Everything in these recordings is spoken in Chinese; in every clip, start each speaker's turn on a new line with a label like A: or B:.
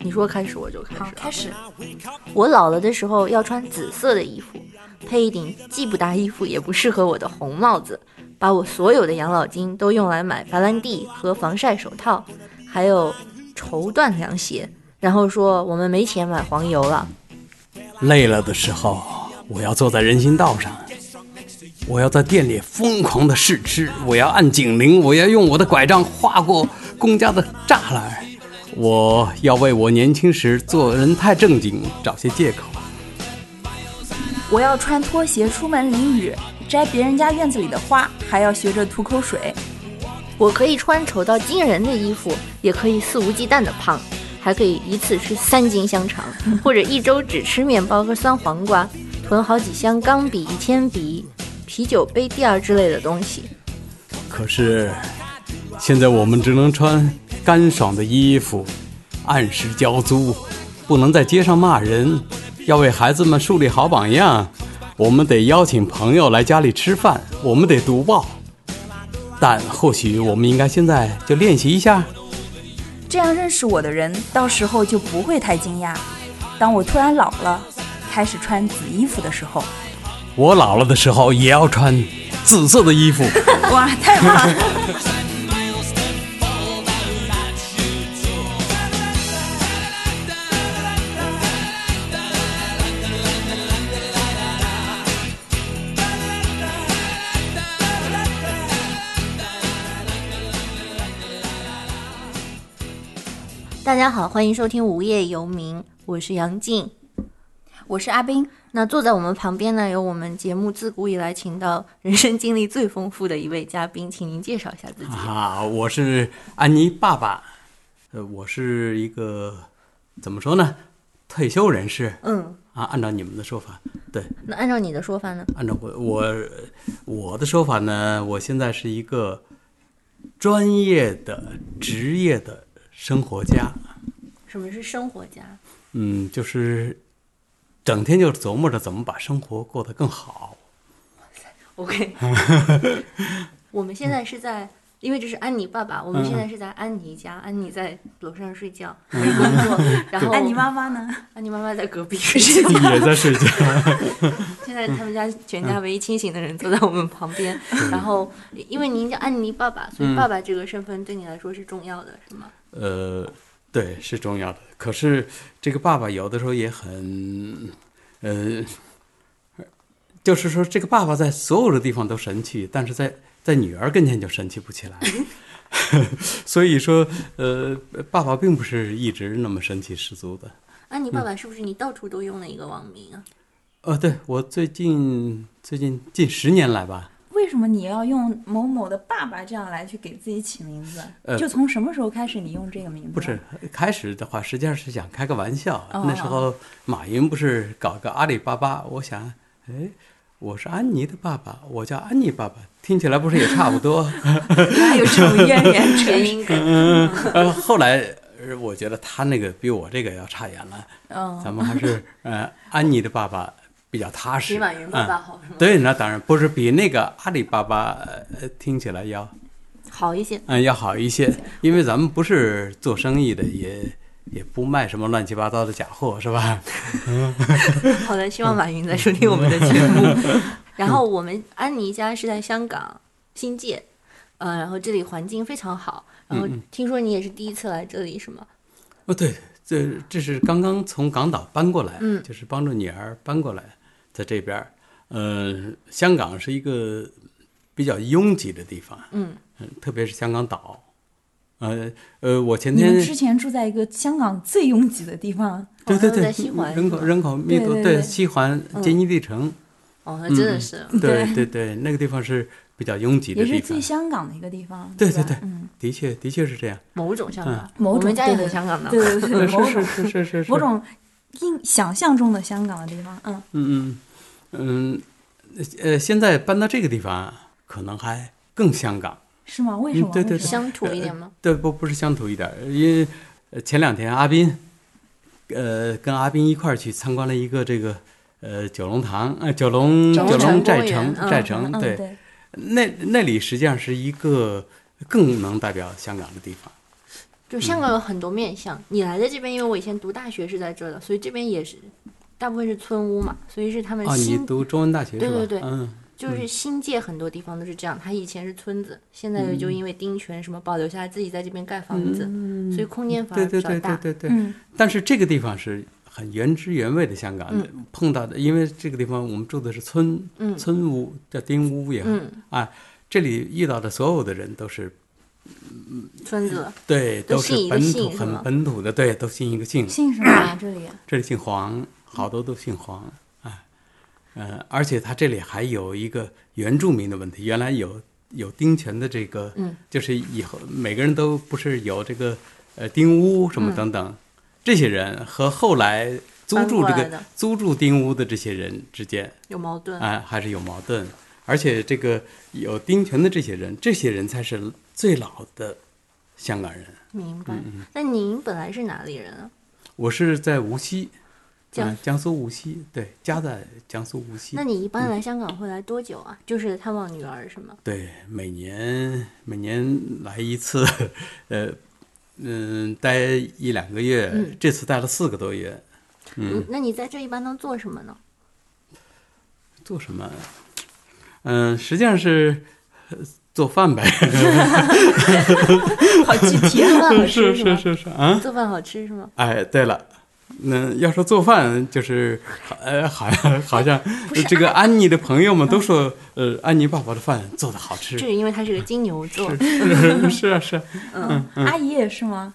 A: 你说开始我就开始
B: 好
A: 啊，。
B: 开始。
A: 我老了的时候要穿紫色的衣服，配一顶既不搭衣服也不适合我的红帽子，把我所有的养老金都用来买白兰地和防晒手套，还有绸缎凉鞋。然后说我们没钱买黄油了，
C: 累了的时候，我要坐在人行道上，我要在店里疯狂的试吃，我要按警铃，我要用我的拐杖划过公家的栅栏，我要为我年轻时做人太正经找些借口。
B: 我要穿拖鞋出门淋雨，摘别人家院子里的花，还要学着吐口水。
A: 我可以穿丑到惊人的衣服，也可以肆无忌惮的胖，还可以一次吃三斤香肠，或者一周只吃面包和酸黄瓜，囤好几箱钢笔、铅笔、啤酒杯垫儿之类的东西。
C: 可是，现在我们只能穿干爽的衣服，按时交租，不能在街上骂人，要为孩子们树立好榜样。我们得邀请朋友来家里吃饭，我们得读报。但或许我们应该现在就练习一下。
B: 这样认识我的人，到时候就不会太惊讶。当我突然老了，开始穿紫衣服的时候，
C: 我老了的时候也要穿紫色的衣服。
B: 哇，太棒了！
A: 大家好，欢迎收听《无业游民》，我是杨静。
B: 我是阿斌，
A: 那坐在我们旁边呢，有我们节目自古以来请到人生经历最丰富的一位嘉宾，请您介绍一下自己。
C: 啊，我是安妮爸爸，呃，我是一个怎么说呢，退休人士
A: 嗯，
C: 啊，按照你们的说法，对，
A: 那按照你的说法呢？
C: 按照我我我的说法呢，我现在是一个专业的职业的生活家，
A: 什么是生活家？
C: 嗯，就是整天就琢磨着怎么把生活过得更好。
A: OK，我们现在是在，因为这是安妮爸爸，我们现在是在安妮家，安妮在楼上睡觉没工作，然后
B: 安妮妈妈呢？
A: 安妮妈妈在隔壁 睡觉。
C: 也在睡觉，
A: 现在他们家
C: 嗯
A: 全家唯一清醒的人坐在我们旁边， 然后因为您叫安妮爸爸，所
C: 嗯
A: 以爸爸这个身份对你来说是重要的，是吗？
C: 呃，对，是重要的。可是这个爸爸有的时候也很，呃，就是说这个爸爸在所有的地方都神气，但是在在女儿跟前就神气不起来。所以说，呃，爸爸并不是一直那么神气十足的。
A: 安妮爸
C: 嗯
A: 爸是不是你到处都用的一个网名啊？
C: 呃，对我最近最近近十年来吧，
B: 为什么你要用某某的爸爸这样来去给自己起名字？
C: 呃
B: 就从什么时候开始你用这个名字？
C: 不是，开始的话，实际上是想开个玩笑。
B: 哦
C: 那时候马云不是搞个阿里巴巴，我想，哎，我是安妮的爸爸，我叫安妮爸爸，听起来不是也差 不多？
B: 哪有这种渊 源扯
A: 谐音梗。
C: 嗯，呃，后来呃我觉得他那个比我这个要差远了，
A: 哦
B: 嗯，
C: 咱们还是呃安妮的爸爸比较踏实。
A: 比马云爸爸
C: 嗯
A: 好是吗
C: 对，那当然不是比那个阿里巴巴呃听起来要
A: 好一些，
C: 嗯，要好一些，因为咱们不是做生意的，也也不卖什么乱七八糟的假货，是吧？
A: 好的，希
C: 嗯
A: 望马云在收听我们的节 目。然后我们安妮家是在香港新界，呃，然后这里环境非常好。然
C: 嗯
A: 后听说你也是第一次来这里是吗？
C: 哦，对，这这是刚刚从港岛搬过来，
A: 嗯
C: 就是帮助女儿搬过来，在这边儿，呃，香港是一个比较拥挤的地方，
A: 嗯
C: 嗯，特别是香港岛，呃呃，我前
B: 你
C: 天
B: 们之前住在一个香港最拥挤的地方，
C: 对对对，
A: 在西环
C: 人口人口密
B: 对
C: 度
B: 对对嗯
C: 西环坚尼地 城，
A: 哦，
C: 嗯
A: 那真的是，
C: 对对对，那个地方是比较拥挤的
B: 也
C: 地
B: 是最
C: 方，
B: 香港的一个地方。
C: 对
B: 对
C: 对对
B: 吧，嗯，
C: 的确的确是这样，
A: 某种香
C: 嗯
A: 港，
B: 某种
A: 我们家也
B: 对
A: 很香港的。
B: 对 对对，
C: 呃
B: 某
C: 是
B: 种
C: 是是是是是
B: 某种印想象中的香港的地方。嗯，
C: 嗯嗯嗯，呃，现在搬到这个地方，可能还更香港。
B: 是吗？为什么？
C: 嗯对对
B: 为什么
A: 乡土一点吗？
C: 对，不不是乡土一点儿，因为呃前两天阿斌，呃，跟阿斌一块儿去参观了一个这个呃九龙塘，呃九龙
A: 九龙
C: 九龙
A: 城
C: 寨
A: 公园
C: 城
A: 嗯
C: 寨城，嗯
B: 嗯，
C: 对，那那里实际上是一个更能代表香港的地方。
A: 就香港有很多面相，你来的这边，因为我以前读大学是在这的，所以这边也是大部分是村屋嘛，所以是他们
C: 啊，你
A: 新、
C: 读中文大学是吧？
A: 对对对
C: 嗯，
A: 就是新界很多地方都是这样，它以前是村子，现在
C: 嗯
A: 就因为丁权什么保留下来，自己在这边盖房子，所以空间反
C: 嗯对
A: 而
C: 对
A: 比较
C: 对
A: 大
C: 对。对对。
B: 嗯
C: 但是这个地方是很原汁原味的香港，碰到的，因为这个地方我们住的是村、
A: 嗯
C: 村屋，叫丁屋也好，
A: 嗯，
C: 啊，这里遇到的所有的人都是
A: 村子了，
C: 对，
A: 都
C: 都是
A: 姓一个
C: 本
A: 姓
C: 土
A: 是
C: 很
A: 吗
C: 本土的，对，都姓一个姓，
B: 姓什么啊？这里
C: 这里姓黄，好多都姓黄啊，呃，而且他这里还有一个原住民的问题，原来有有丁权的这个，
A: 嗯，
C: 就是以后每个人都不是有这个呃丁屋什么等等，这些人和后来租
A: 嗯搬
C: 住
A: 过
C: 这
A: 来
C: 个
A: 的嗯
C: 租住丁屋的这些人之间
A: 有矛盾。
C: 啊、还是有矛盾，而且这个有丁权的这些人，这些人才是最老的香港人。
A: 明
C: 嗯
A: 白。那您本来是哪里人啊？
C: 我是在无锡，
A: 江
C: 嗯江苏无锡，对，家在江苏无锡
A: 那。你一
C: 嗯
A: 般来香港会来多久啊？就是探望女儿是吗？
C: 对，每年每年来一次， 呃，嗯、待一两个月，
A: 嗯
C: 这次待了四个多月，
A: 嗯，那你在这一般都做什么呢？
C: 做什么？嗯、实际上是、呃做饭呗，
B: 好具体啊！
A: 做 饭 好吃
C: 是是
A: 吗？
C: 是是啊，
A: 做饭好吃是吗？
C: 哎，对了。那要说做饭，就是，呃，好 像好像这个安妮的朋友们都说，呃，安妮爸爸的饭做的好吃
A: 这，是因为他是个金牛座，
C: 是 是啊是啊，
B: 嗯，阿姨也是吗？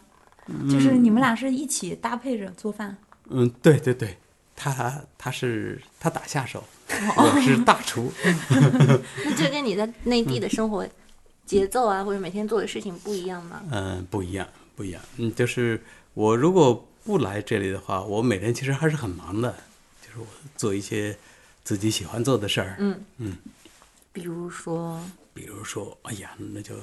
B: 就是你们俩是一起搭配着做饭，
C: 嗯，对对对，他他是他打下手，我是大厨。
A: 那这跟你在内地的生活节奏啊，或者每天做的事情不一样吗？
C: 嗯，不一样，不一样。嗯，就是我如果不来这里的话，我每天其实还是很忙的，就是我做一些自己喜欢做的事儿，
A: 嗯嗯，比如说，
C: 比如说，哎呀，那就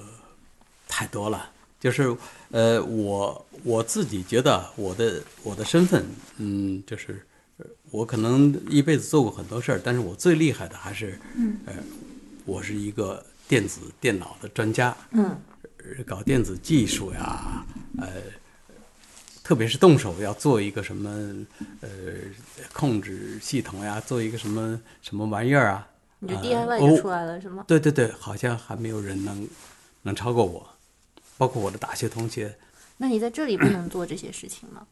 C: 太多了。就是，呃，我我自己觉得我的我的身份，嗯，就是呃我可能一辈子做过很多事儿，但是我最厉害的还是，
A: 嗯
C: 呃，我是一个电子电脑的专家，
A: 嗯
C: 呃搞电子技术呀，呃，特别是动手要做一个什么呃控制系统呀，做一个什么什么玩意儿啊，
A: 你就
C: 呃
A: DIY
C: 哦
A: 就出来了是吗？
C: 对对对，好像还没有人能能超过我，包括我的大学同学，
A: 那你在这里不能做这些事情
C: 嗯
A: 吗？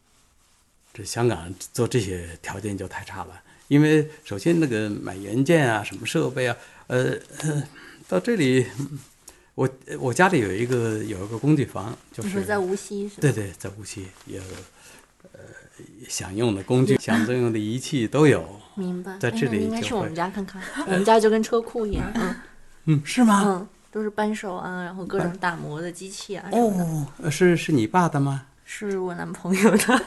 C: 这香港做这些条件就太差了。因为首先那个买元件啊，什么设备啊，呃，呃到这里，嗯我我家里有一个有一个工具房，就
A: 你
C: 是
A: 说在无锡是吗？
C: 对对，在无锡有呃想用的 工具、想用的仪器都有。
A: 明白。
C: 在
A: 哎
C: 这
A: 那你
C: 里
A: 应该
C: 就
A: 去我
C: 会呃
A: 们家看看，我们家就跟车库一样。嗯。
C: 嗯，是吗？
A: 嗯，都是扳手啊，然后各种打磨的机器啊，
C: 哦，呃是是你爸的吗？
A: 是我男朋友的。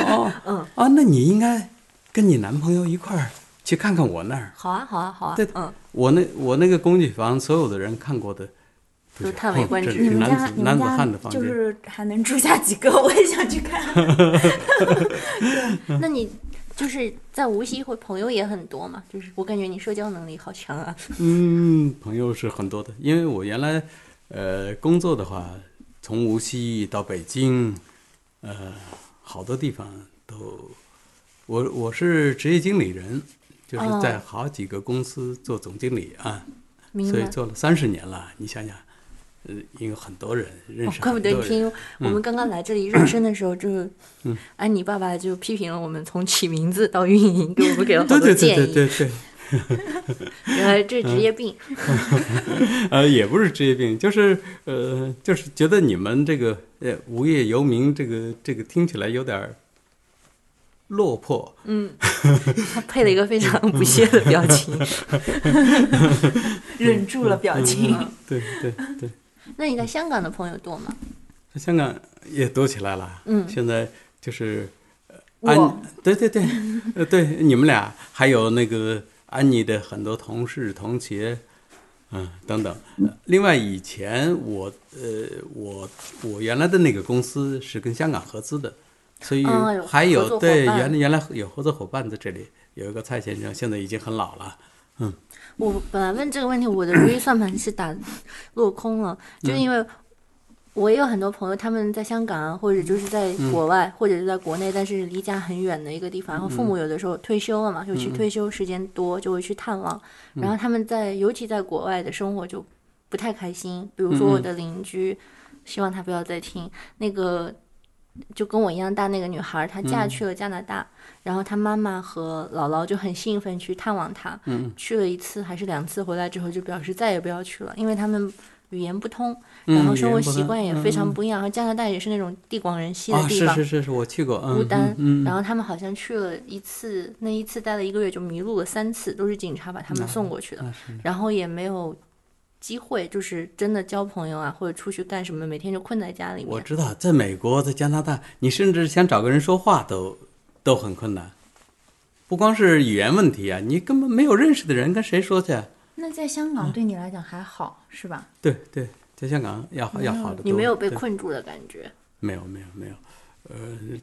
C: 哦，
A: 嗯，
C: 哦，那你应该跟你男朋友一块儿去看看我那儿。
A: 好啊，好啊，好啊。
C: 对
A: 嗯，
C: 我那我那个工具房，所有的人看过的，不
A: 都
C: 是嗯
A: 叹为观
C: 这
A: 止
C: 是
B: 你们
C: 男
B: 家
C: 子
B: 你
C: 男
B: 们
C: 子汉的
B: 家
C: 房
B: 就
C: 间。
B: 是还能住下几个？ 我也想去 看。
C: 嗯
A: 那你就是在无锡会朋友也很多嘛？就是我感觉你社交能力好强啊。
C: 嗯，朋友是很多的，因为我原来呃工作的话，从无锡到北京，呃，好多地方都，我我是职业经理人，就是
A: 哦
C: 在好几个公司做总经理啊，
A: 明
C: 所以
A: 白。
C: 做了三十年了。你想想，呃，因为很多人认
A: 哦
C: 识
A: 怪不
C: 很多
A: 得
C: 人，嗯
A: 你听我们刚刚来这里热身的时候，就是安妮爸爸就批评了我们从起名字到运营，给我们给了好
C: 对
A: 多
C: 对
A: 建
C: 对
A: 议。
C: 对嗯对对。
A: 原来这是职业病。
C: 呃，也不是职业病，就是呃，就是觉得你们这个呃无业游民，这个这个听起来有点儿落魄。
A: 嗯，他配了一个非常不屑的表情。
C: 嗯
B: 忍住了表情，
C: 对对对，
A: 那你在香港的朋友多吗？
C: 在香港也多起来了。啊
A: 嗯
C: 现在就是呃
B: 我
C: 安，对对对，呃，对你们俩还有那个安妮的很多同事同学。嗯，等等。呃另外，以前我呃，我我原来的那个公司是跟香港合资的，所以
A: 哦有
C: 还
A: 合
C: 有
A: 作伙
C: 对
A: 伴
C: 原来原来有合作伙伴在这里，有一个蔡先生，现在已经很老了。
A: 我本来问这个问题，我的如意算盘是打落空了，就因为我也有很多朋友，他们在香港啊，或者就是在国外，或者是在国内，但是离家很远的一个地方。然后父母有的时候退休了嘛，尤其退休时间多，就会去探望。然后他们在，尤其在国外的生活就不太开心。比如说我的邻居，希望他不要再听那个，就跟我一样大那个女孩，她
C: 嗯
A: 嫁去了加拿大，然后她妈妈和姥姥就很兴奋去探望她，
C: 嗯
A: 去了一次还是两次，回来之后就表示再也不要去了，因为他们语言不通。
C: 嗯
A: 然后生活习惯也非常不一样。然后加拿大也是那种地广人稀的
C: 啊，
A: 地
C: 是
A: 方，
C: 是是是，我去过，嗯
A: 孤单。
C: 嗯，嗯
A: 然后他们好像去了一次，那一次待了一个月就迷路了三次，都是警察把他们送过去的，
C: 那是
A: 然后也没有机会，就是真的交朋友啊，或者出去干什么，每天就困在家里
C: 我
A: 面。
C: 知道，在美国，在加拿大，你甚至想找个人说话都都很困难，不光是语言问题啊，你根本没有认识的人，跟谁说去啊？
B: 那在香
C: 嗯
B: 港对你来讲还好是吧？
C: 对对，在香港要好要好的多。
A: 你没有被
C: 对
A: 困住的感觉，
C: 没有没有没有，呃，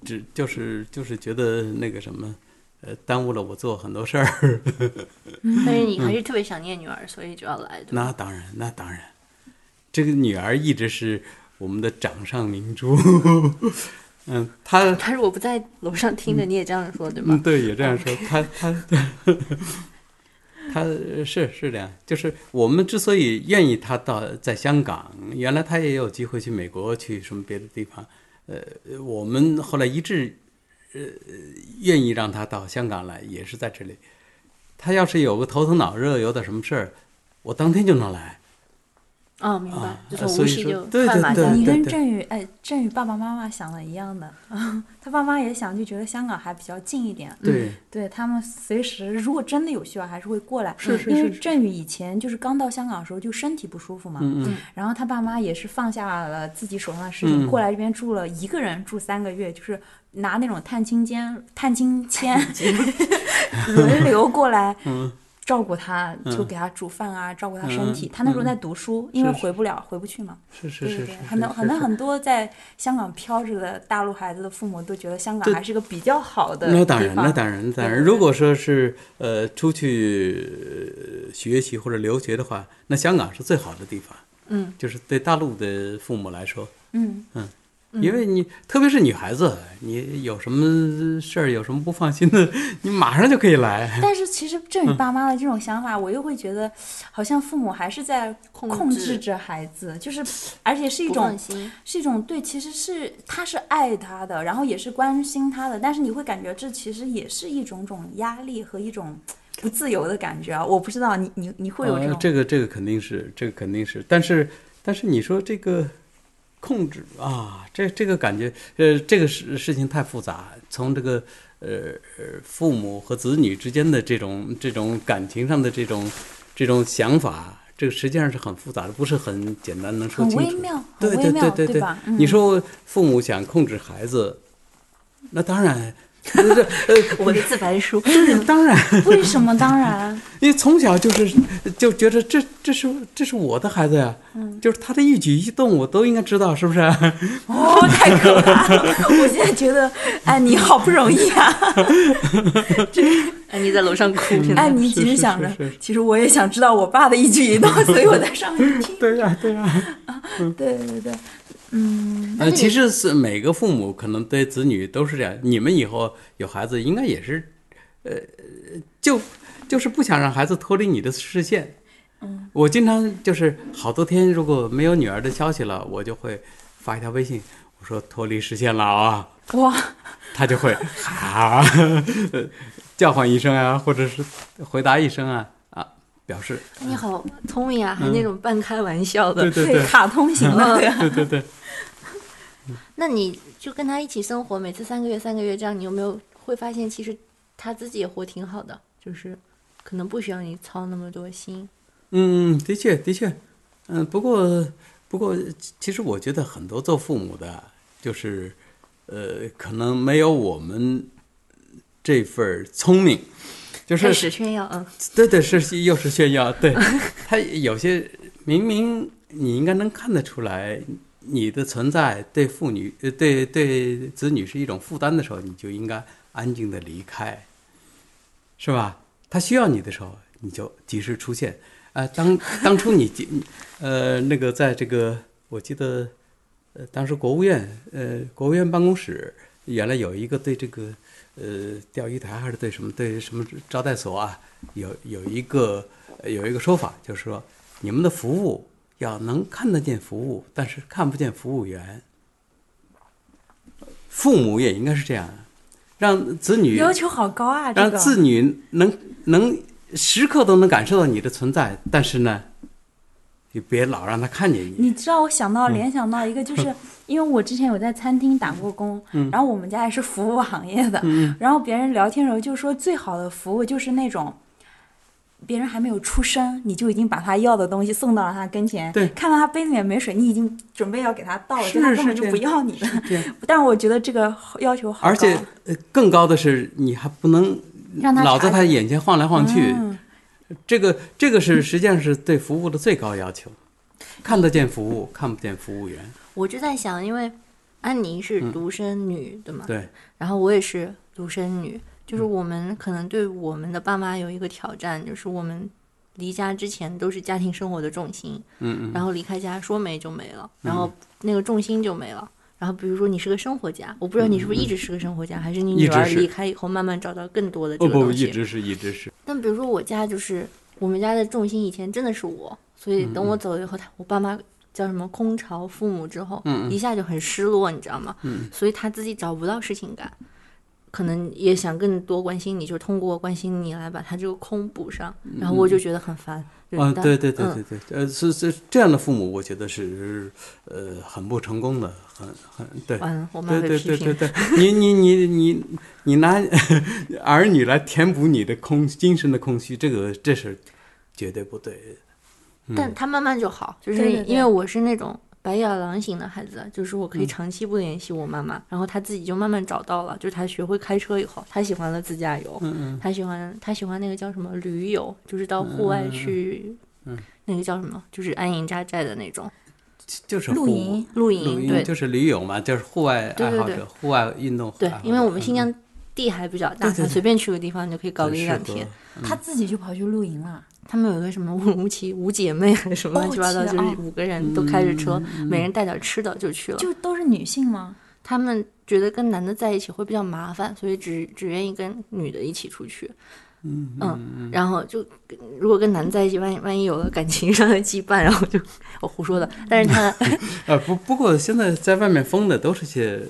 C: 只就是就是觉得那个什么，呃，耽误了我做很多事儿。
A: 但是你
C: 嗯
A: 还是特别想念女儿，所以就要来。对吧
C: 那当然，那当然，这个女儿一直是我们的掌上明珠。 嗯，她
A: 但是我不在楼上听着，你也这样说对吗
C: 嗯，？对，也这样
B: 啊
C: 说，他他他呃是是这样，就是我们之所以愿意他到在香港，原来他也有机会去美国，去什么别的地方，呃，我们后来一致呃愿意让他到香港来，也是在这里。他要是有个头疼脑热，有点什么事儿，我当天就能来。
A: 哦，明白
C: 啊，
A: 就是
C: 所
A: 无
C: 以
A: 锡
C: 说
A: 就
C: 对
A: 换
C: 对
A: 马
C: 对
A: 甲
B: 你
C: 对
B: 跟
C: 对
B: 振宇，哎，振宇爸爸妈妈想的一样的， 他爸妈也想，就觉得香港还比较近一点。
C: 对，
B: 对他们随时，如果真的有需要，还是会过来。
C: 是是
B: 因为
C: 是是
B: 振宇以前就是刚到香港的时候，就身体不舒服嘛。
C: 嗯嗯，
B: 然后他爸妈也是放下了自己手上的事情，
C: 嗯
B: 过来这边住了一个人住三个月，就是拿那种探亲签、探亲签 轮流过来。照顾他，就给他煮饭啊，照顾他身体。
C: 嗯嗯
B: 他那时候在读书，因为回不了，回不去嘛。
C: 是是
B: 对
C: 是
B: 对
C: 是
B: 对
C: 是，，
B: 很多
C: 是
B: 很多很多在香港漂着的大陆孩子的父母都觉得香港还是个比较好的
C: 那当然，
B: 地方
C: 那当然，当然。
B: 对
C: 如果说是呃出去呃学习或者留学的话，那香港是最好的地方。
A: 嗯，
C: 就是对大陆的父母来说，
B: 嗯，
C: 因为你特别是女孩子，你有什么事儿，有什么不放心的，你马上就可以来。
B: 但是其实振
C: 嗯
B: 宇爸妈的这种想法，我又会觉得，好像父母还是在
A: 控
B: 控
A: 制
B: 制着孩子，就是而且是一
A: 不
B: 种
A: 放 心。
B: 是一种对，其实是他是爱他的，然后也是关心他的，但是你会感觉这其实也是一种种压力和一种不自由的感觉啊！我不知道你你你会有这
C: 呃
B: 种、
C: 这个这个肯定是，这个肯定是。但是但是你说这个控制啊，这这个感觉，呃，这个事事情太复杂，从这个呃父母和子女之间的这种这种感情上的这种这种想法。这个实际上是很复杂的，不是很简单能说
B: 很
C: 清楚。
B: 微妙，很
C: 对
B: 微
C: 对
B: 妙，
C: 对对对
B: 吧？嗯
C: 你说父母想控制孩子，那当然， 那这呃，
A: 我的自白 书，
C: 当然，
B: 为什么？当然，
C: 因为从小就是就觉得这这是这是我的孩子呀，就是他的一举一动我都应该知道，是不是？
B: 哦，太可怕了！我现在觉得，哎，你好不容易 啊，
A: 安哎妮在楼上哭，
C: 嗯
A: 真的
B: 哎，你只
C: 是
B: 是
C: 是
B: 想
C: 是
B: 着
C: 是是，
B: 其实我也想知道我爸的一举一动，所以我在上面 听。
C: 对呀、对呀、
B: 对对对，
C: 呃，其实是每个父母可能对子女都是这样，你们以后有孩子应该也是，呃，就就是不想让孩子脱离你的视线。嗯，我经常就是好多天如果没有女儿的消息了，我就会发一条微信，我说脱离视线了啊，
B: 哇，
C: 他就 会啊，呃叫唤一声啊，或者是回答一声啊啊，表示
A: 你好聪明啊，还那种半开玩笑的。
C: 嗯对对嗯对
B: 卡通型的，对啊
C: 对对对。
A: 那你就跟他一起生活，每次三个月三个月这样，你有没有会发现，其实他自己也活挺好的，就是可能不需要你操那么多心。
C: 嗯，的确，的确，嗯，不过，不过，其其实我觉得很多做父母的，就是，呃，可能没有我们这份儿聪明，就
A: 开始
C: 是，
A: 炫耀，嗯，
C: 对对，是又是炫耀，对，他有些明明你应该能看得出来，你的存在对妇女，呃，对对子女是一种负担的时候，你就应该安静的离开，是吧？他需要你的时候，你就及时出 呃现。呃，当当初你呃那个在这个，我记得呃，当时国务院呃国务院办公室原来有一个对这个呃钓鱼台还是对什么对什么招待所啊，有有一个呃有一个说法，就是说你们的服务要能看得见服务，但是看不见服务员。父母也应该是这样，让子女
B: 要求好高啊，这
C: 让
B: 个
C: 子女能能时刻都能感受到你的存在，但是呢，你别老让他看见你。
B: 你知道我想
C: 嗯
B: 到联想到一个，就是因为我之前有在餐厅打过工，
C: 嗯
B: 然后我们家也是服务行业的，然后别人聊天的时候就说最好的服务就是那种。别人还没有出声，你就已经把他要的东西送到了他跟前。
C: 对
B: 看到他杯子里面没水，你已经准备要给他倒了，
C: 是
B: 就他根本
C: 是
B: 就不
C: 这
B: 要你了。
C: 这样
B: 但是我觉得这个要求好高，
C: 而且呃更高的是，你还不能
B: 让他
C: 老在
B: 察
C: 他
B: 觉
C: 眼前晃来晃去。
B: 嗯
C: 这个这个是实际上是对服务的最高要求，看得见服务，看不见服务员。
A: 我就在想，因为安妮
C: 嗯
A: 是独生女，对吗？
C: 对，
A: 然后我也是独生女，就是我们可能对我们的爸妈有一个挑战，就是我们离家之前都是家庭生活的重心，
C: 嗯嗯嗯
A: 然后离开家说没就没了，然后那个重心就没了。然后比如说你是个生活家，我不知道你是不是一直是个生活家，还是你
C: 一
A: 女
C: 直
A: 儿
C: 是
A: 离开以后慢慢找到更多的这
C: 哦
A: 个
C: 不，
A: 东西。
C: 一直是一直是，
A: 但比如说我家就是我们家的重心以前真的是我，所
C: 嗯
A: 以等我走了以后，他我爸妈叫什么空巢父母之后，
C: 嗯嗯
A: 一下就很失落，你知道吗？
C: 嗯
A: 所以他自己找不到事情干，可能也想更多关心你，就通过关心你来把他这个空补上。然后我就觉得很烦。
C: 嗯啊，
A: 人的
C: 对对对
A: 嗯
C: 对对，呃，是是这样的父母，我觉得是呃很不成功的，很很对。
A: 完了，我妈
C: 对
A: 被
C: 对
A: 批
C: 对
A: 评
C: 对
A: 了。
C: 对，你你你你你拿 儿女来填补你的空精神的空虚，这个这是绝对不对的。嗯
A: 但他慢慢就好，就
B: 对
A: 是
B: 对对
A: 因为我是那种白眼狼型的孩子，就是我可
C: 嗯
A: 以长期不联系我妈妈，然后她自己就慢慢找到了，就是她学会开车以后，她喜欢了自驾游，
C: 嗯
A: 她喜欢她喜欢那个叫什么驴友，就是到户
C: 嗯
A: 外去，那个叫什么，就是安营扎寨的那种
C: 就是
B: 露
C: 户
B: 营
A: 露营，
C: 露营
A: 对
C: 就是驴友嘛，就是户外
A: 对
C: 爱
A: 对
C: 好
A: 对
C: 者，户外运动。
A: 对，因为我们新疆地还比较大，
C: 嗯对对对
A: 随便去个地方你就可以搞个一两天。，
C: 嗯
B: 他自己就跑去露营了。
A: 他们有一个什么五七五姐妹还是什么乱七八糟，
B: 哦
A: 就
B: 记得哦
A: 是五个人都开着车，
C: 嗯
A: 每人带点吃的就去了。
B: 就都是女性吗？
A: 他们觉得跟男的在一起会比较麻烦，所以只只愿意跟女的一起出去。嗯然后就如果跟男的在一起，万一万一有了感情上的羁绊，然后就我胡说的。
C: 嗯
A: 但是 他，
C: 呃，不不过现在在外面疯的都是些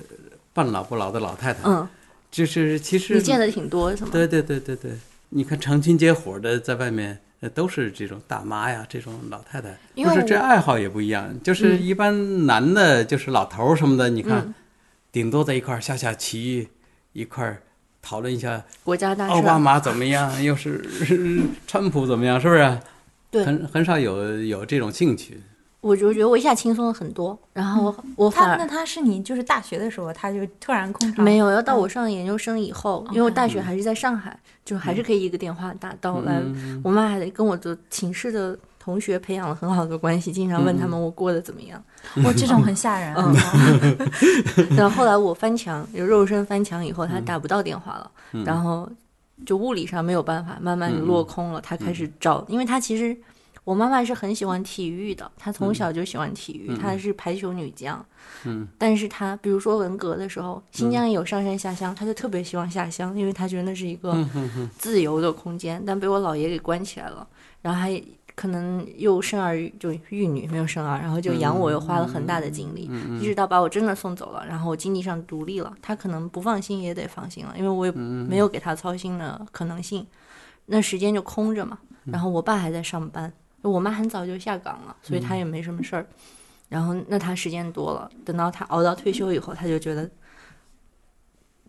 C: 半老不老的老太太，
A: 嗯，
C: 就是其实
A: 你见的挺多，是吗？
C: 对对对对对，你看成群结伙的在外面，呃，都是这种大妈呀，这种老太太，
A: 因
C: 不
A: 为
C: 是
A: 我嗯
C: 这爱好也不一样，就是一般男的，就是老头儿什么的，你看，
A: 嗯
C: 顶多在一块儿下下棋，一块儿讨论一下
A: 国家大
C: 奥巴
A: 事，啊
C: 马怎么样，又是呃川普怎么样，是不是？
A: 对
C: 很很少有有这种兴趣。
A: 我就觉得我一下轻松了很多。然后
C: 嗯
A: 我反
B: 他
A: 而
B: 那他是你就是大学的时候他就突然空巢？
A: 没有，要到我上研究生以后，因为我大
C: 哦
A: 学还是在上海，就还
C: 嗯
A: 是可以一个电话打到来。我妈还得跟我的寝室的同学培养了很好的关系，经常问他们
C: 嗯
A: 我过得怎么样。
B: 我这种很 吓人。
A: 嗯然后后来我翻墙，有肉身翻墙以后，他打不到电话了，然后就物理上没有办法，慢慢就落空了。他开始找，因为他其实我妈妈是很喜欢体育的，她从小就喜欢体育，她是排球女将。嗯，但是她比如说文革的时候，新疆也有上山下乡，她就特别希望下乡，因为她觉得那是一个自由的空间，但被我姥爷给关起来了，然后还。可能又生儿育就育女没有生儿，然后就养我又花了很大的精力，
C: 嗯
A: 一直到把我真的送走了，然后我经济上独立了，他可能不放心也得放心了，因为我也
C: 嗯
A: 没有给他操心的可能性，那时间就空着嘛。
C: 嗯
A: 然后我爸还在上班，我妈很早就下岗了，所以
C: 嗯
A: 她也没什么事儿。然后那他时间多了，等到他熬到退休以后，他就觉得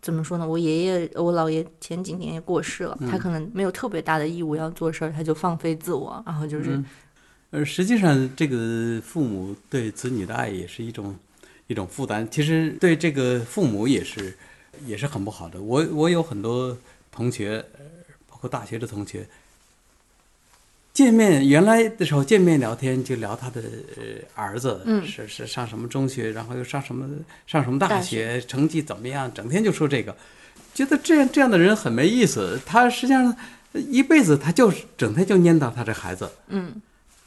A: 怎么说呢？我爷爷，我姥爷前几年也过世了，
C: 嗯
A: 他可能没有特别大的义务要做事儿，他就放飞自我，然后就是、
C: 呃，实际上，这个父母对子女的爱也是一种一种负担。其实对这个父母也是也是很不好的。我我有很多同学，呃包括大学的同学，见面原来的时候见面聊天就聊他的呃儿子，
A: 嗯
C: 是是上什么中学，然后又上什么上什么大
A: 大
C: 学，成绩怎么样，整天就说这个，觉得这样这样的人很没意思。他实际上一辈
A: 嗯
C: 子他就是整天就念叨他这孩子。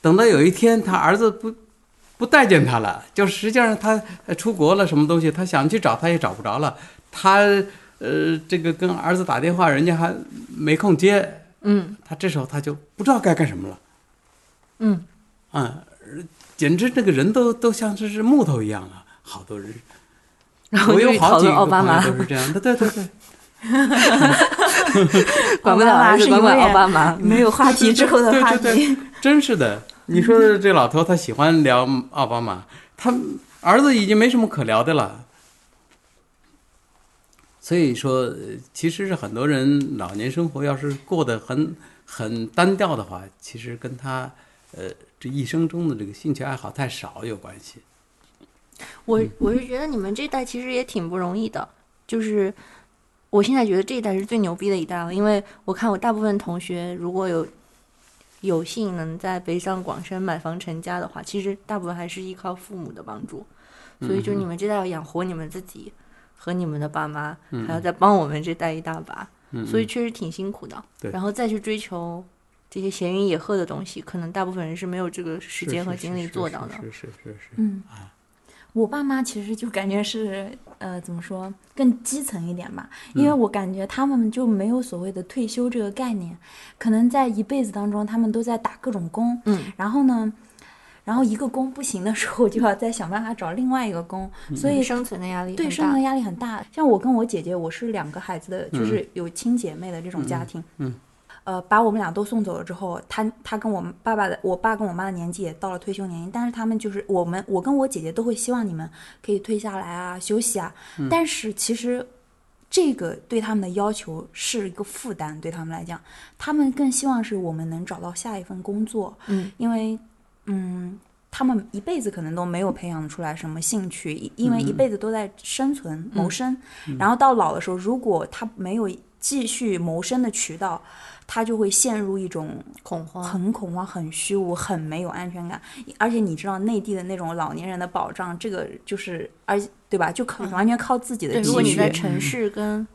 C: 等到有一天他儿子不不待见他了，就是实际上他呃出国了，什么东西他想去找他也找不着了，他呃这个跟儿子打电话，人家还没空接，
A: 嗯
C: 他这时候他就不知道该干什么了，
A: 嗯
C: 啊、简直这个人都都像是是木头一样了，好多人，
A: 然后
C: 我
A: 就
C: 有
A: 去
C: 好
A: 讨
C: 几
A: 论
C: 个
A: 奥巴
C: 朋友
A: 马，
C: 都是这样的，对对对。
A: 管不了
B: 奥巴马
A: 儿子，
B: 是
A: 管
B: 因
A: 管
B: 为
A: 奥巴马。
B: 没有话题之后的话
C: 对对
B: 题，
C: 真是的，你说这老头他喜欢聊奥巴马，他儿子已经没什么可聊的了。所以说，呃其实是很多人老年生活要是过得很很单调的话，其实跟他呃这一生中的这个兴趣爱好太少有关系。
A: 我我是觉得你们这一代其实也挺不容易的，就是我现在觉得这一代是最牛逼的一代了，因为我看我大部分同学如果有有幸能在北上广深买房成家的话，其实大部分还是依靠父母的帮助，所以就你们这代要养活你们自己和你们的爸妈，还要再帮我们这代一大把，
C: 嗯，
A: 所以确实挺辛苦的。
C: 对
A: 然后再去追求这些闲云野鹤的东西，可能大部分人是没有这个时
C: 是
A: 间和
C: 是
A: 精
C: 是
A: 力
C: 是
A: 做
C: 是
A: 到的。
C: 是是是是，
B: 嗯，我爸妈其实就感觉是呃，怎么说更基层一点吧，因
C: 嗯
B: 为我感觉他们就没有所谓的退休这个概念，可能在一辈子当中，他们都在打各种工，
A: 嗯，
B: 然后呢，然后一个工不行的时候，就要再想办法找另外一个工，
C: 嗯
B: 所以
A: 生存的压力
B: 对
A: 很
B: 生
A: 大
B: 活压力很大。像我跟我姐姐，我是两个孩子的，就是有亲姐妹的这种家庭。
C: 嗯嗯嗯
B: 呃，把我们俩都送走了之后，她她跟我爸爸的，我爸跟我妈的年纪也到了退休年龄，但是他们就是我们，我跟我姐姐都会希望你们可以退下来啊，休息啊。
C: 嗯
B: 但是其实这个对他们的要求是一个负担，对他们来讲，他们更希望是我们能找到下一份工作，
A: 嗯，
B: 因为，嗯，他们一辈子可能都没有培养出来什么兴趣，因因
A: 嗯
B: 为一辈子都在生存、谋生，然后到老的时候，如果他没有继续谋生的渠道，他就会陷入一种
A: 恐慌。
B: 很恐慌、很虚无、很没有安全感。而且你知道内地的那种老年人的保障，这个就是，而且对吧？就靠完全靠自己的
A: 嗯对，如果
B: 积
A: 你
B: 蓄
A: 在。城市跟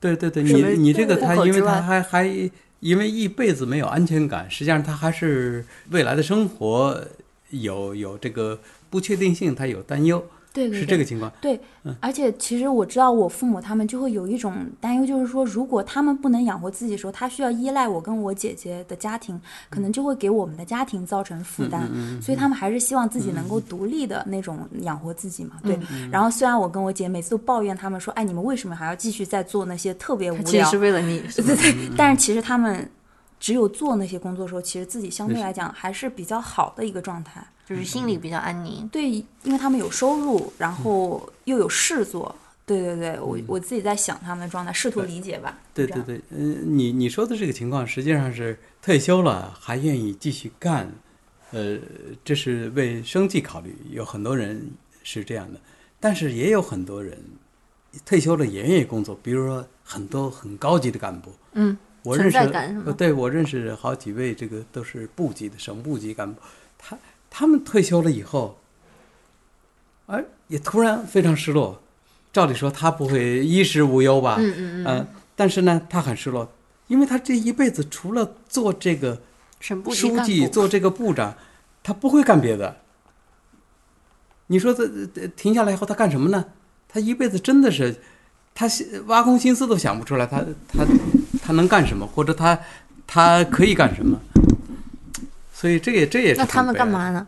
C: 对对对，
A: 什
C: 你
A: 么
C: 你这个
A: 户
C: 他，
A: 口
C: 因为
A: 之外
C: 他还还因为一辈子没有安全感，实际上他还是未来的生活有有这个不确定性，他有担忧，
B: 对对
C: 是
B: 对，
C: 这个情况。
B: 对，而且其实我知道我父母他们就会有一种担忧，就是说，如果他们不能养活自己的时候，他需要依赖我跟我姐姐的家庭，可能就会给我们的家庭造成负
C: 嗯
B: 担，所以他们还是希望自己能够独立的那种养活自己嘛。对，然后虽然我跟我姐每次都抱怨他们说，哎，你们为什么还要继续再做那些特别无
A: 其实
B: 聊
A: 是？为嗯了你，
B: 对对，但是其实他们只有做那些工作的时候，其实自己相对来讲还是比较好的一个状态。
A: 就是心里比较安宁。
B: 对，因为他们有收入，
C: 嗯
B: 然后又有事做。对对对，我我自己在想他们的状态，试图理解吧。
C: 对
B: 这
C: 对
B: 样，
C: 对，嗯、你你说的这个情况，实际上是退休了还愿意继续干，呃，这是为生计考虑，有很多人是这样的，但是也有很多人退休了也愿意工作，比如说很多很高级的干部，
A: 嗯，
C: 我
A: 存
C: 认识
A: 在感是吗
C: 呃对我认识好几位，这个都是部级的省部级干部，他他们退休了以后，哎，也突然非常失落。照理说他不会衣食无忧吧？
A: 嗯嗯嗯，
C: 嗯，但是呢，他很失落，因为他这一辈子除了做这个
A: 省部级
C: 书
A: 干
C: 记、
A: 部
C: 做这个部长，他不会干别的。你说这这停下来以后，他干什么呢？他一辈子真的是，他心挖空心思都想不出来他，他他能干什么，或者他他可以干什么。所以这也这也是
A: 那他
C: 很
A: 们
C: 悲
A: 干
C: 哀
A: 嘛呢？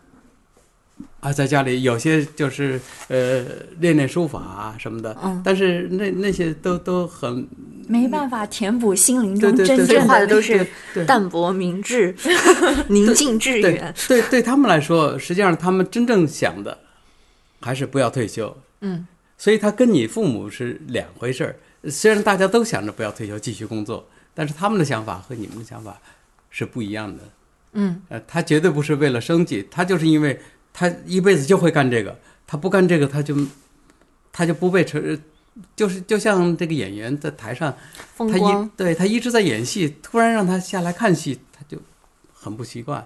C: 啊，在家里有些就是呃练练书法啊什么的，
A: 嗯
C: 但是那那些都都很
B: 没办法填补心灵
C: 对
B: 中
C: 对对
B: 真
C: 对
A: 这
B: 正
A: 话的
B: 的那
A: 都是
C: 对
A: 淡泊明志、 宁静致
C: 对
A: 远。
C: 对，对他们来说，实际上他们真正想的还是不要退休。
A: 嗯，
C: 所以他跟你父母是两回事儿。虽然大家都想着不要退休，继续工作，但是他们的想法和你们的想法是不一样的。
A: 嗯，
C: 呃，他绝对不是为了生计，他就是因为他一辈子就会干这个，他不干这个他就他就不被成，就是就像这个演员在台上
A: 风
C: 他一
A: 光
C: 对他一直在演戏，突然让他下来看戏，他就很不习惯。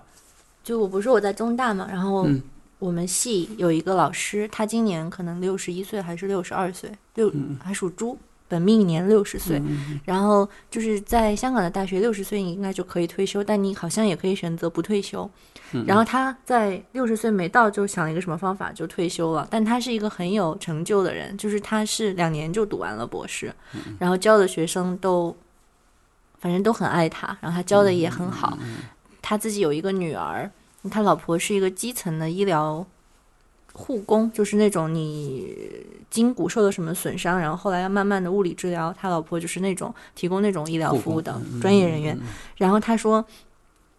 A: 就我不是我在中大嘛，然后
C: 嗯
A: 我们系有一个老师，他今年可能六十一岁还是六十二岁，六还属猪，本命年六十岁，然后就是在香港的大学六十岁你应该就可以退休，但你好像也可以选择不退休。然后他在六十岁没到就想了一个什么方法就退休了，但他是一个很有成就的人，就是他是两年就读完了博士，然后教的学生都，反正都很爱他，然后他教的也很好，他自己有一个女儿，他老婆是一个基层的医疗护工，就是那种你筋骨受了什么损伤，然后后来要慢慢的物理治疗，他老婆就是那种提供那种医疗
C: 护
A: 服务
C: 工
A: 的
C: 嗯
A: 专业人员。然后他说，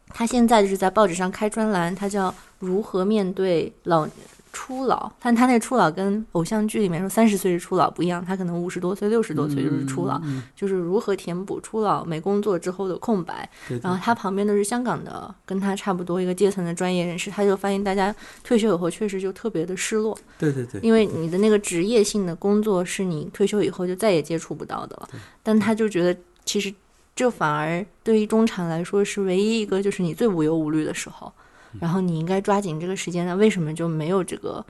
A: 他现在就是在报纸上开专栏，他叫如何面对老。初老，但他那初老跟偶像剧里面说三十岁是初老不一样，他可能五十多岁、六十多岁就是初
C: 嗯
A: 老，就是如何填补初老没工作之后的空白。
C: 对对
A: 然后他旁边都是香港的，跟他差不多一个阶层的专业人士，他就发现大家退休以后确实就特别的失落，
C: 对对对，
A: 因为你的那个职业性的工作是你退休以后就再也接触不到的了。但他就觉得，其实这反而对于中产来说是唯一一个就是你最无忧无虑的时候，
C: 嗯
A: 然后你应该抓紧这个时间。那为什么就没有这个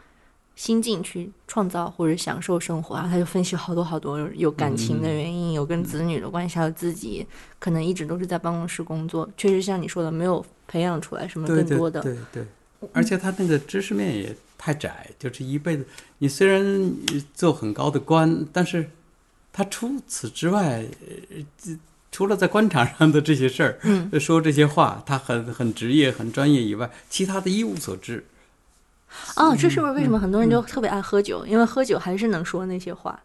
A: 心境去创造或者享受生活啊？他就分析好多好多有
C: 嗯
A: 感情的原因，有跟子女的关系，还有自己可能一直都是在办公室工作，确实像你说的，没有培养出来什么
C: 对
A: 更
C: 对
A: 多的。嗯
C: 对对，而且他那个知识面也太窄，就是一辈子，你虽然呃做很高的官，但是他除此之外，呃，这除了在官场上的这些事儿，
A: 嗯
C: 呃说这些话，他很很职业、很专业以外，其他的一无所知。
A: 哦，这是不是为什么很多人就特别爱喝酒？因为喝酒还是能说那些话，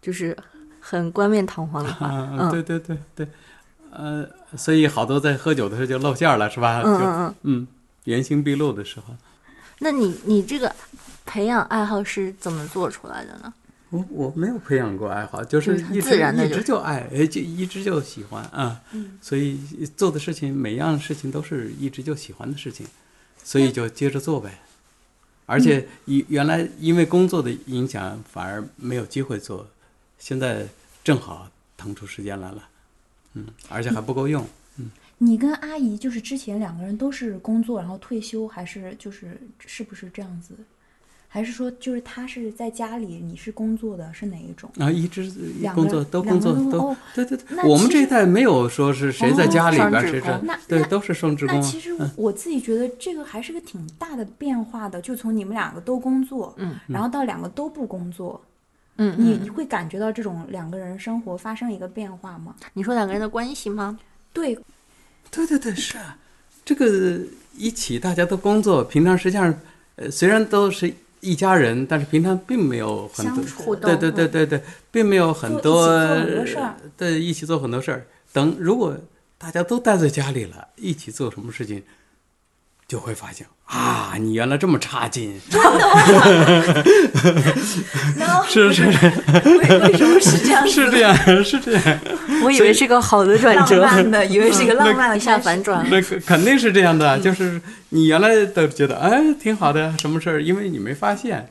A: 就是很冠冕堂皇的话。
C: 啊，
A: 嗯
C: 对对对对，呃，所以好多在喝酒的时候就露馅儿了，是吧？
A: 嗯嗯
C: 就
A: 嗯。
C: 嗯，原形毕露的时候，
A: 那你你这个培养爱好是怎么做出来的呢？
C: 我我没有培养过爱好，就是
A: 就是
C: 一直
A: 自然地
C: 一直就爱，哎，就一直就喜欢啊。
B: 嗯
C: 所以做的事情，每样事情都是一直就喜欢的事情，所
B: 哎
C: 以就接着做呗。而且
B: 嗯
C: 以原来因为工作的影响，反而没有机会做，现在正好腾出时间来了，嗯，而且还不够用。
B: 你跟阿姨就是之前两个人都是工作，然后退休，还是就是是不是这样子？还是说就是她是在家里，你是工作的，是哪一种？
C: 然后啊一直
B: 嗯两个
C: 工作
B: 人
C: 都
B: 两
C: 工
B: 个
C: 作
B: 人
C: 都
B: 哦
C: 对对对
B: 那，
C: 我们
B: 其
C: 这一
B: 实
C: 代没有说是谁在
B: 哦
C: 家里
A: 双
C: 边儿
A: 职
C: 谁在
A: 工
B: 那，
C: 对
B: 那
C: 都是双职
B: 那
C: 工啊。
B: 其实
A: 嗯
B: 我自己觉得这个还是个挺大的变化的，就从你们两个都工作，
A: 嗯，
B: 然后到两个都不工作，
A: 嗯
B: 你你会感觉到这种两个人生活发生一个变化吗？
A: 你说两个人的关系吗？
B: 对，
C: 对对对，是啊，这个一起大家都工作，平常实际上，呃，虽然都是一家人，但是平常并没有很多
B: 相处
A: 的
C: 对对对对对，并没有很多
B: 做一起做很多事儿
C: 对，一起做很多事儿。等如果大家都待在家里了，一起做什么事情，就会发现啊，你原来这么 差劲，
B: 然后
C: 是是是
B: 为为什么是 这样子
C: 是这样是这样。
A: 我以为是个好的转折，
B: 浪漫的，以为是个浪漫的
A: 一下
B: 开始
A: 反转。
C: 那肯肯定是这样
B: 嗯
C: 的，啊就是你原来都觉得哎挺好的，什么事儿，因为你没发现，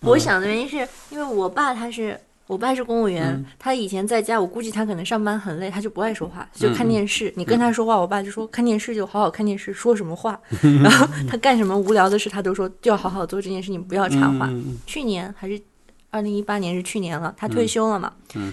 A: 我想的原因是因为我爸他是。我爸是公务员，他以前在家，我估计他可能上班很累，他就不爱说话，就看电视。你跟他说话，我爸就说看电视就好好看电视，说什么话。然后他干什么无聊的事，他都说就要好好做这件事情，不要插话。
C: 嗯嗯嗯
A: 去年还是二零一八年是去年了，他退休了嘛。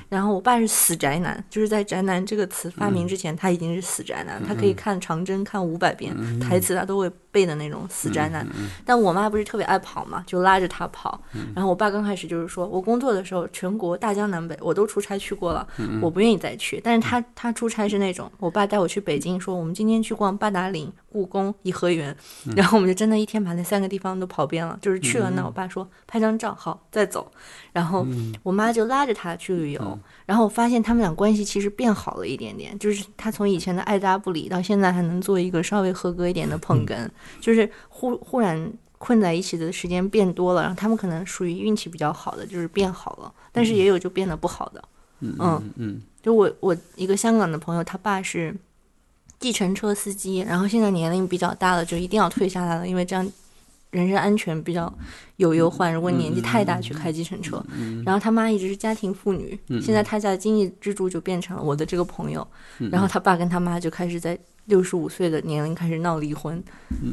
A: 然后我爸是死宅男，就是在“宅男”这个词发明之前，他已经是死宅男，他可以看长征看五百遍，台词他都会背的那种死宅男。但我妈不是特别爱跑嘛，就拉着他跑。然后我爸刚开始就是说，我工作的时候全国大江南北我都出差去过了，我不愿意再去。但是他他出差是那种，我爸带我去北京，说我们今天去逛八达岭、故宫、颐和园，然后我们就真的一天把那三个地方都跑遍了。就是去了那，我爸说拍张照，好再走。然后我妈就拉着他去旅游，然后我发现他们俩关系其实变好了一点点，就是他从以前的爱搭不理到现在还能做一个稍微合格一点的捧哏，就是忽忽然困在一起的时间变多了，然后他们可能属于运气比较好的，就是变好了，但是也有就变得不好的。
C: 嗯
A: 嗯
C: 嗯嗯。
A: 就我我一个香港的朋友，他爸是计程车司机，然后现在年龄比较大了，就一定要退下来了，因为这样人身安全比较有忧患。如果年纪太大去开计程车，然后他妈一直是家庭妇女，现在他家的经济支柱就变成了我的这个朋友，然后他爸跟他妈就开始在。六十五岁的年龄开始闹离婚，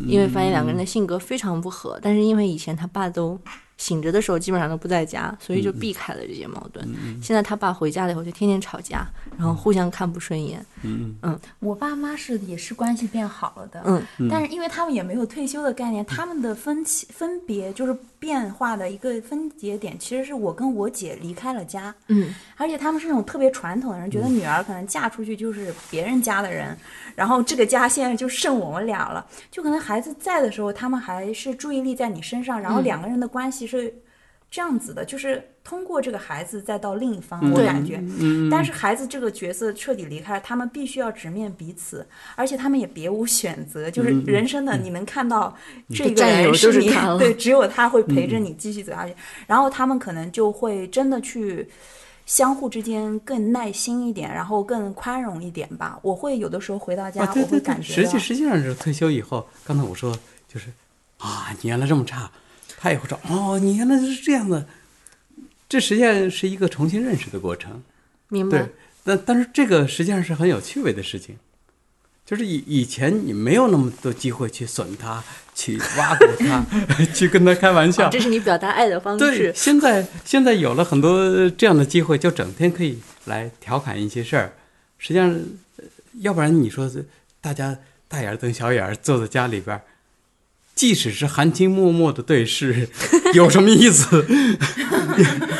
A: 因为发现两个人的性格非常不合。但是因为以前他爸都醒着的时候基本上都不在家，所以就避开了这些矛盾。现在他爸回家了以后，就天天吵架，然后互相看不顺眼。
C: 嗯
B: 我爸妈是也是关系变好了的，
A: 嗯，
B: 但是因为他们也没有退休的概念，他们的分歧分别就是变化的一个分节点，其实是我跟我姐离开了家，
A: 嗯，
B: 而且他们是那种特别传统的人，觉得女儿可能嫁出去就是别人家的人，然后这个家现在就剩我们俩了，就可能孩子在的时候，他们还是注意力在你身上，然
A: 嗯
B: 后两个人的关系是这样子的，就是通过这个孩子再到另一方，我
A: 对
B: 感觉，
C: 嗯
B: 但是孩子这个角色彻底离开了，他们必须要直面彼此，而且他们也别无选择，就是
A: 嗯
B: 人生的你能看到这个
A: 战友
B: 人
A: 就是
B: 你
A: 他了嗯
B: 对，只有他会陪着你继续走下去，然后他们可能就会真的去。相互之间更耐心一点，然后更宽容一点吧。我会有的时候回到家，
C: 啊，对
B: 我会
C: 对
B: 感
C: 对，
B: 觉
C: 实
B: 到
C: 际实际上是退休以后，刚才我说就是啊，你原来这么差，他也会说哦，你原来是这样的，这实际上是一个重新认识的过程。
B: 嗯
A: 明白
C: 对。，但但是这个实际上是很有趣味的事情，就是以以前你没有那么多机会去损他，去挖苦他， 去跟他开玩笑。
A: 这是你表达爱的方
C: 对，
A: 式。
C: 现在现在有了很多这样的机会，就整天可以来调侃一些事儿。实际上，呃要不然你说这大家大眼瞪小眼儿坐在家里边儿，即使是含情脉脉的 对视，有什么意思？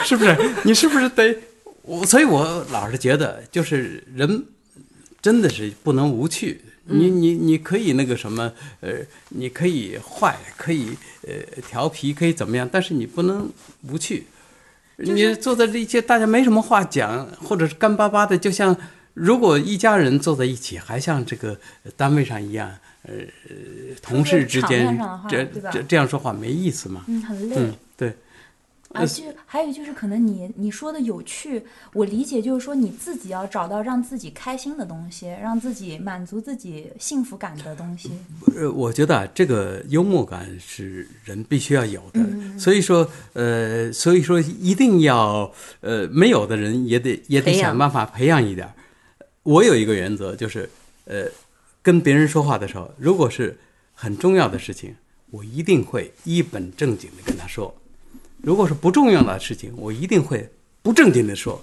C: 是不是？你是不是得我？所以我老是觉得，就是人真的是不能无趣。
B: 嗯
C: 你你你可以那个什么，呃，你可以坏，可以呃调皮，可以怎么样，但是你不能无趣。你坐在这一些大家没什么话讲，或者是干巴巴的，就像如果一家人坐在一起，还像这个呃单位上一样，呃，同事之
B: 场面上
C: 间
B: 的话
C: 这
B: 对吧
C: 这这样说话没意思嘛？
B: 嗯很累。
C: 嗯，呃对。
B: 而且还有就是，可能你你说的有趣，我理解就是说你自己要找到让自己开心的东西，让自己满足自己幸福感的东西。
C: 呃，我觉得啊，这个幽默感是人必须要有的，
A: 嗯
C: 所以说，呃，所以说一定要，呃，没有的人也得也得
A: 培养
C: 想办法培养一点儿。我有一个原则，就是，呃，跟别人说话的时候，如果是很重要的事情，我一定会一本正经的跟他说；如果是不重要的事情，我一定会不正经的说。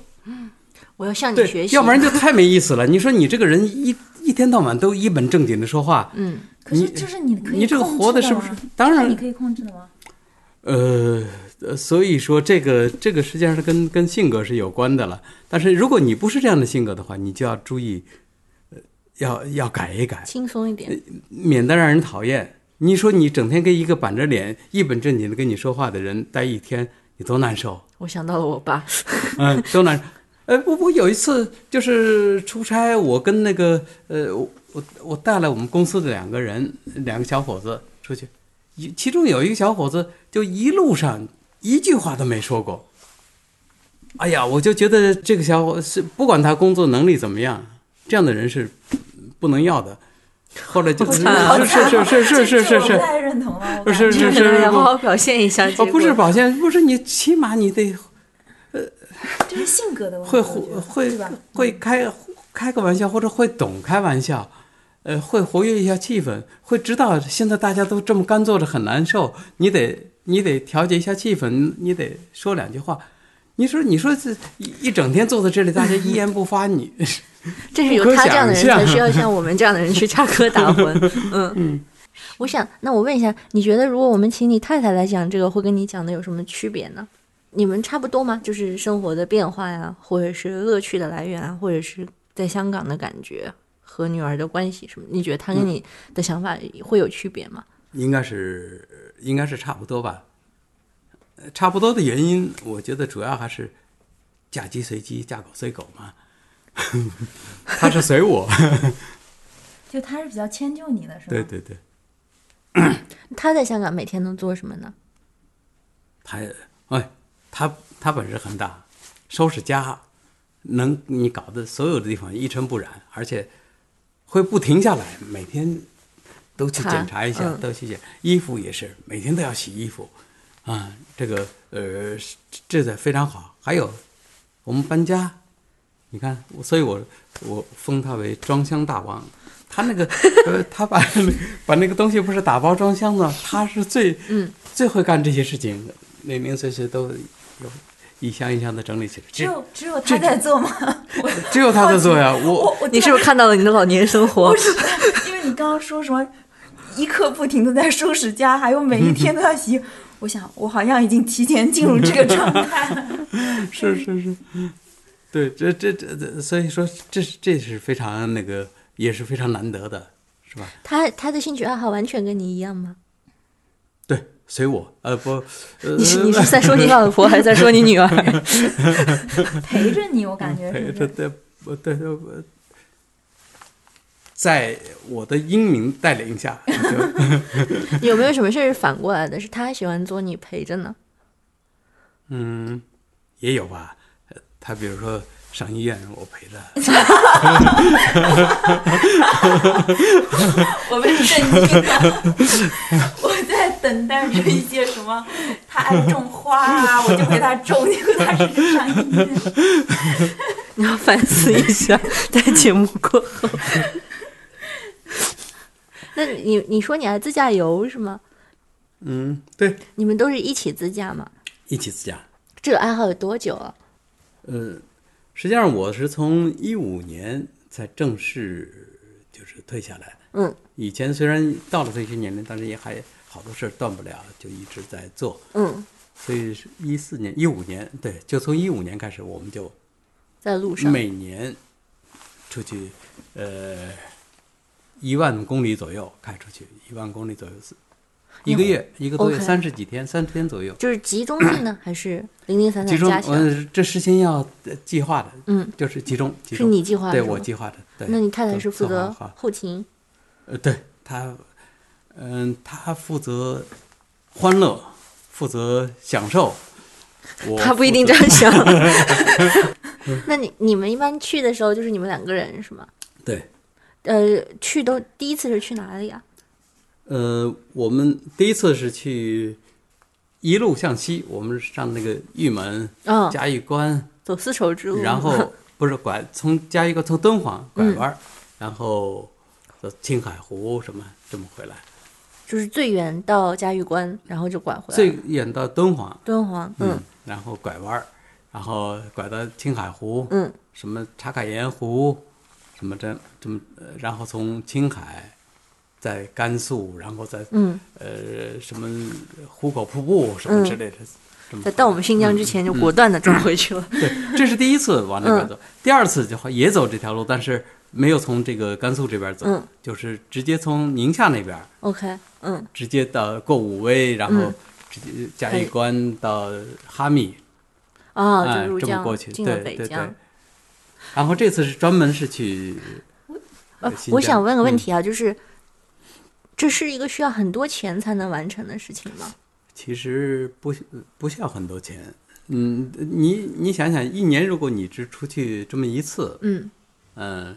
A: 我要向你嗯学
C: 对，
A: 习，
C: 要不然就太没意思了。你说你这个人一一天到晚都一本正经的说话，
A: 嗯，
B: 可是
C: 你
B: 这是你可以
C: 你这个
B: 控
C: 活
B: 制
C: 的
B: 的
C: 是不是
B: 吗？
C: 当
B: 这
C: 然
B: 是你可以控制的吗？
C: 呃，呃所以说这个这个实际上是跟跟性格是有关的了。但是如果你不是这样的性格的话，你就要注意，呃，要要改一改，
A: 轻松一点。
C: 呃免得让人讨厌。你说你整天跟一个板着脸、一本正经的跟你说话的人待一天，你多难受，
A: 我想到了我爸，
C: 嗯，多难受。呃，我我有一次就是出差，我跟那个呃，我我我带了我们公司的两个人，两个小伙子出去，一其中有一个小伙子就一路上一句话都没说过。哎呀，我就觉得这个小伙是不管他工作能力怎么样，这样的人是不能要的。后来就是啊是是是是是
B: 啊这我
C: 是
B: 不太认同了。我
C: 不
B: 感
C: 是
B: 觉
C: 是
A: 可能
C: 是
A: 要
C: 不
A: 好好表现一下。结
C: 哦，
A: 果
C: 不是保鲜，不是你起码你得
B: 这是性格的问题，
C: 会
B: 我
C: 活
B: 觉得对
C: 会
B: 吧？
C: 会开开个玩笑，或者会懂开玩笑，呃，会活跃一下气氛，会知道现在大家都这么干坐着很难受，你得你得调节一下气氛，你得说两句话。你说你说这一一整天坐在这里，大家一言不发，你
A: 正是有他这样的人，才是要像我们这样的人去插科打诨。嗯嗯，我想，那我问一下，你觉得如果我们请你太太来讲这个，会跟你讲的有什么区别呢？你们差不多吗？就是生活的变化呀，或者是乐趣的来源啊，或者是在香港的感觉和女儿的关系什么？你觉得她跟你的想法会有区别吗？
C: 应该是应该是差不多吧。呃差不多的原因，我觉得主要还是嫁鸡随鸡，嫁狗随狗嘛。 他是随我，
B: 就他是比较迁就你的，是吧？
C: 对对对。
A: 她在香港每天能做什么呢？
C: 他哎，他他本事很大，收拾家，能你搞得所有的地方一尘不染，而且会不停下来，每天都去
A: 看
C: 检查一下，
A: 嗯
C: 都去检衣服也是，每天都要洗衣服，啊，这个呃，这的非常好。还有我们搬家，你看，我所以我我封他为装箱大王。他那个呃，他把 把那个东西不是打包装箱吗？他是最
A: 嗯
C: 最会干这些事情的。那名随时都有一箱一箱的整理起来。
B: 只
C: 只
B: 有只有他在做吗？我
C: 只有他在做呀，我
B: 我我
A: 你是不是看到了你的老年生活
B: 不？是， 因为你刚刚说什么一刻不停的在收拾家，还有每一天都要 洗，我想我好像已经提前进入这个状态了。
C: 是是是，对，这这这，这，所以说这是这是非常那个，也是非常难得的，是吧？
A: 他他的兴趣爱好完全跟你一样吗？
C: 对，随我，呃不，呃，
A: 你是你是在说你老婆，还是在说你女儿？
B: 陪着你，我感觉是 不是？
C: 对对对不对对不，在我的英明带领下，就
A: 你有没有什么事儿是反过来的？是他喜欢做，你陪着呢？
C: 嗯，也有吧。呃他比如说上医院，我陪着，
B: 我被震惊了， 我在等待着一些什么，他爱种花啊，我就陪他种，结果他是去上医院。
A: 你要反思一 下，在节目过后。 那你你说你还自驾游是吗？
C: 嗯，对，
A: 你们都是一起自驾吗？
C: 一起自驾。
A: 这个爱好有多久啊了？
C: 呃，实际上我是从一五年才正式就是退下来。
A: 嗯，
C: 以前虽然到了退休年龄，但是也还好多事儿断不了，就一直在做。
A: 嗯，
C: 所以是一四年、一五年，对，就从一五年开始，我们就
A: 在路上。
C: 每年出去，呃，一万公里左右开出去，一万公里左右是一个月、一个多月，
A: OK
C: 三十几天，三十天左右。
A: 就是集中地呢，还是零零散
C: 集
A: 散
C: 中
A: 加，起来？
C: 嗯，这事先要呃计划的，
A: 嗯，
C: 就是集中，集
A: 是
C: 中
A: 你计划的
C: 对
A: 是
C: 我
A: 吗
C: 计划的，对。
A: 那你太太
C: 都
A: 是负
C: 策划
A: 责
C: 好
A: 后勤，
C: 呃，对他，嗯，他负责欢乐，负责享受。我
A: 她不一
C: 负
A: 定
C: 责
A: 这样想。 那你你们一般去的时候就是你们两个人是吗？
C: 对，
A: 呃，去都第一次是去哪里啊？
C: 呃，我们第一次是去一路向西，我们上那个玉门、
A: 嗯，
C: 嘉峪关，
A: 走丝绸之路。
C: 然后不是拐从嘉峪关从敦煌拐弯儿，
A: 嗯
C: 然后走青海湖什么这么回来，
A: 就是最远到嘉峪关，然后就拐回来。
C: 最远到敦煌，
A: 敦煌，嗯
C: 嗯，然后拐弯儿，然后拐到青海湖，
A: 嗯，
C: 什么茶卡盐湖，什么这这么，呃然后从青海，在甘肃，然后在
A: 嗯，
C: 呃什么壶口瀑布什么之类的，这么
A: 在到我们新疆之前
C: 嗯
A: 就果断的转回去 了。
C: 对，这是第一次往那边走，
A: 嗯
C: 第二次就也走这条路，但是没有从这个甘肃这边走，
A: 嗯
C: 就是直接从宁夏那边
A: OK，嗯，
C: 直接到过武威，然后
A: 嗯
C: 直接嘉峪关到哈密，
A: 啊，
C: 哎
A: 就入
C: 这
A: 疆
C: 么过去，
A: 进了
C: 对
A: 北
C: 对
A: 疆
C: 对。然后这次是专门是去，
A: 呃
C: 新
A: 我
C: 疆
A: 想问个问
C: 嗯
A: 题啊，就是这是一个需要很多钱才能完成的事情吗？
C: 其实不不需要很多钱。嗯，你你想想，一年如果你只出去这么一次，
A: 嗯，
C: 嗯，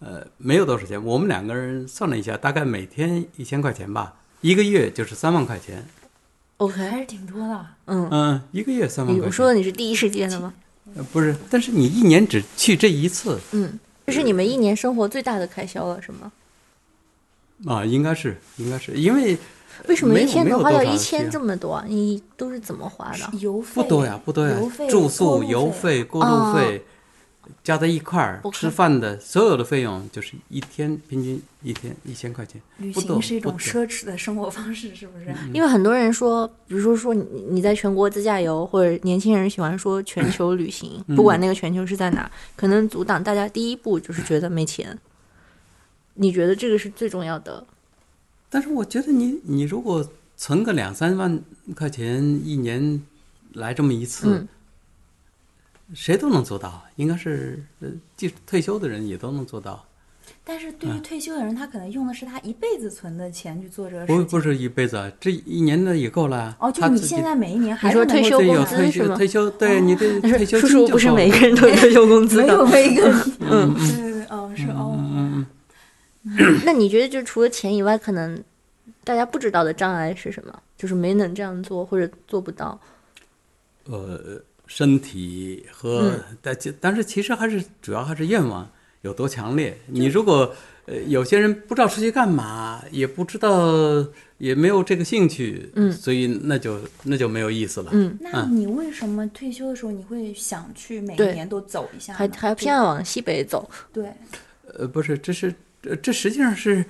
C: 呃，没有多少钱。我们两个人算了一下，大概每天一千块钱吧，一个月就是三万块钱。
B: 还
A: OK，
B: 是挺多的，
A: 嗯，
C: 嗯，一个月三万
A: 你
C: 块钱。
A: 我说的你是第一世界的吗？
C: 呃不是，但是你一年只去这一次
A: 嗯，这是你们一年生活最大的开销了，是吗？
C: 啊，应该是应该是因为
A: 为什么
C: 没
A: 一
C: 有
A: 天
C: 没
A: 能
C: 有
A: 花
C: 多
A: 掉
C: 少
A: 一
C: 需
A: 千
C: 要
A: 这么多啊？你都是怎么花的？
B: 邮费
C: 不多呀，不多呀
B: 邮费、，
C: 住宿、
B: 过路
C: 邮费、过路费加在一块儿
A: 不，
C: 吃
A: 可
C: 饭的所有的费用就是一天平均一天一千块钱，
B: 旅
C: 不多
B: 行是一
C: 不
B: 种
C: 多
B: 奢侈的生活方式，是不是？
C: 嗯
A: 因为很多人说，比如说说你你在全国自驾游，或者年轻人喜欢说全球旅行，
C: 嗯
A: 不管那个全球是在哪，可能阻挡大家第一步就是觉得没钱。你觉得这个是最重要的？
C: 但是我觉得你你如果存个两三万块钱一年来这么一次，
A: 嗯
C: 谁都能做到，应该是呃，即使退休的人也都能做到，
B: 但是对于退休的人，他可能用的是他一辈子存的钱去做这个事
C: 不
B: 情。
C: 不是一辈子，啊，这一年的也够了啊。
B: 哦，就
C: 他
B: 你
C: 自己
B: 现在每一年还
A: 说
B: 是能
A: 退
B: 够
A: 休
B: 自己
C: 对
A: 工
C: 有
A: 资
B: 拿
C: 退
A: 是
C: 休，
A: 吗
C: 退休对你的
A: 但
C: 退
A: 是
C: 休
A: 叔
C: 金
A: 叔
C: 就
A: 不是
C: 够
A: 每
C: 了
A: 个人都有退休工资
B: 没有
A: 的。
B: 每个，嗯，对对对，哦，是哦，
A: 那你觉得，就除了钱以外，可能大家不知道的障碍是什么？就是没能这样做，或者做不到。
C: 呃身体和但其但是其实还是主要还是愿望有多强烈。你如果呃有些人不知道出去干嘛，也不知道也没有这个兴趣，
A: 嗯
C: 所以那就那就没有意思了。
A: 嗯，
B: 那你为什么退休的时候你会想去每
A: 对
B: 年都走一下呢？
A: 还还偏爱往西北走，
B: 对，
C: 呃，不是，这是这这实际上是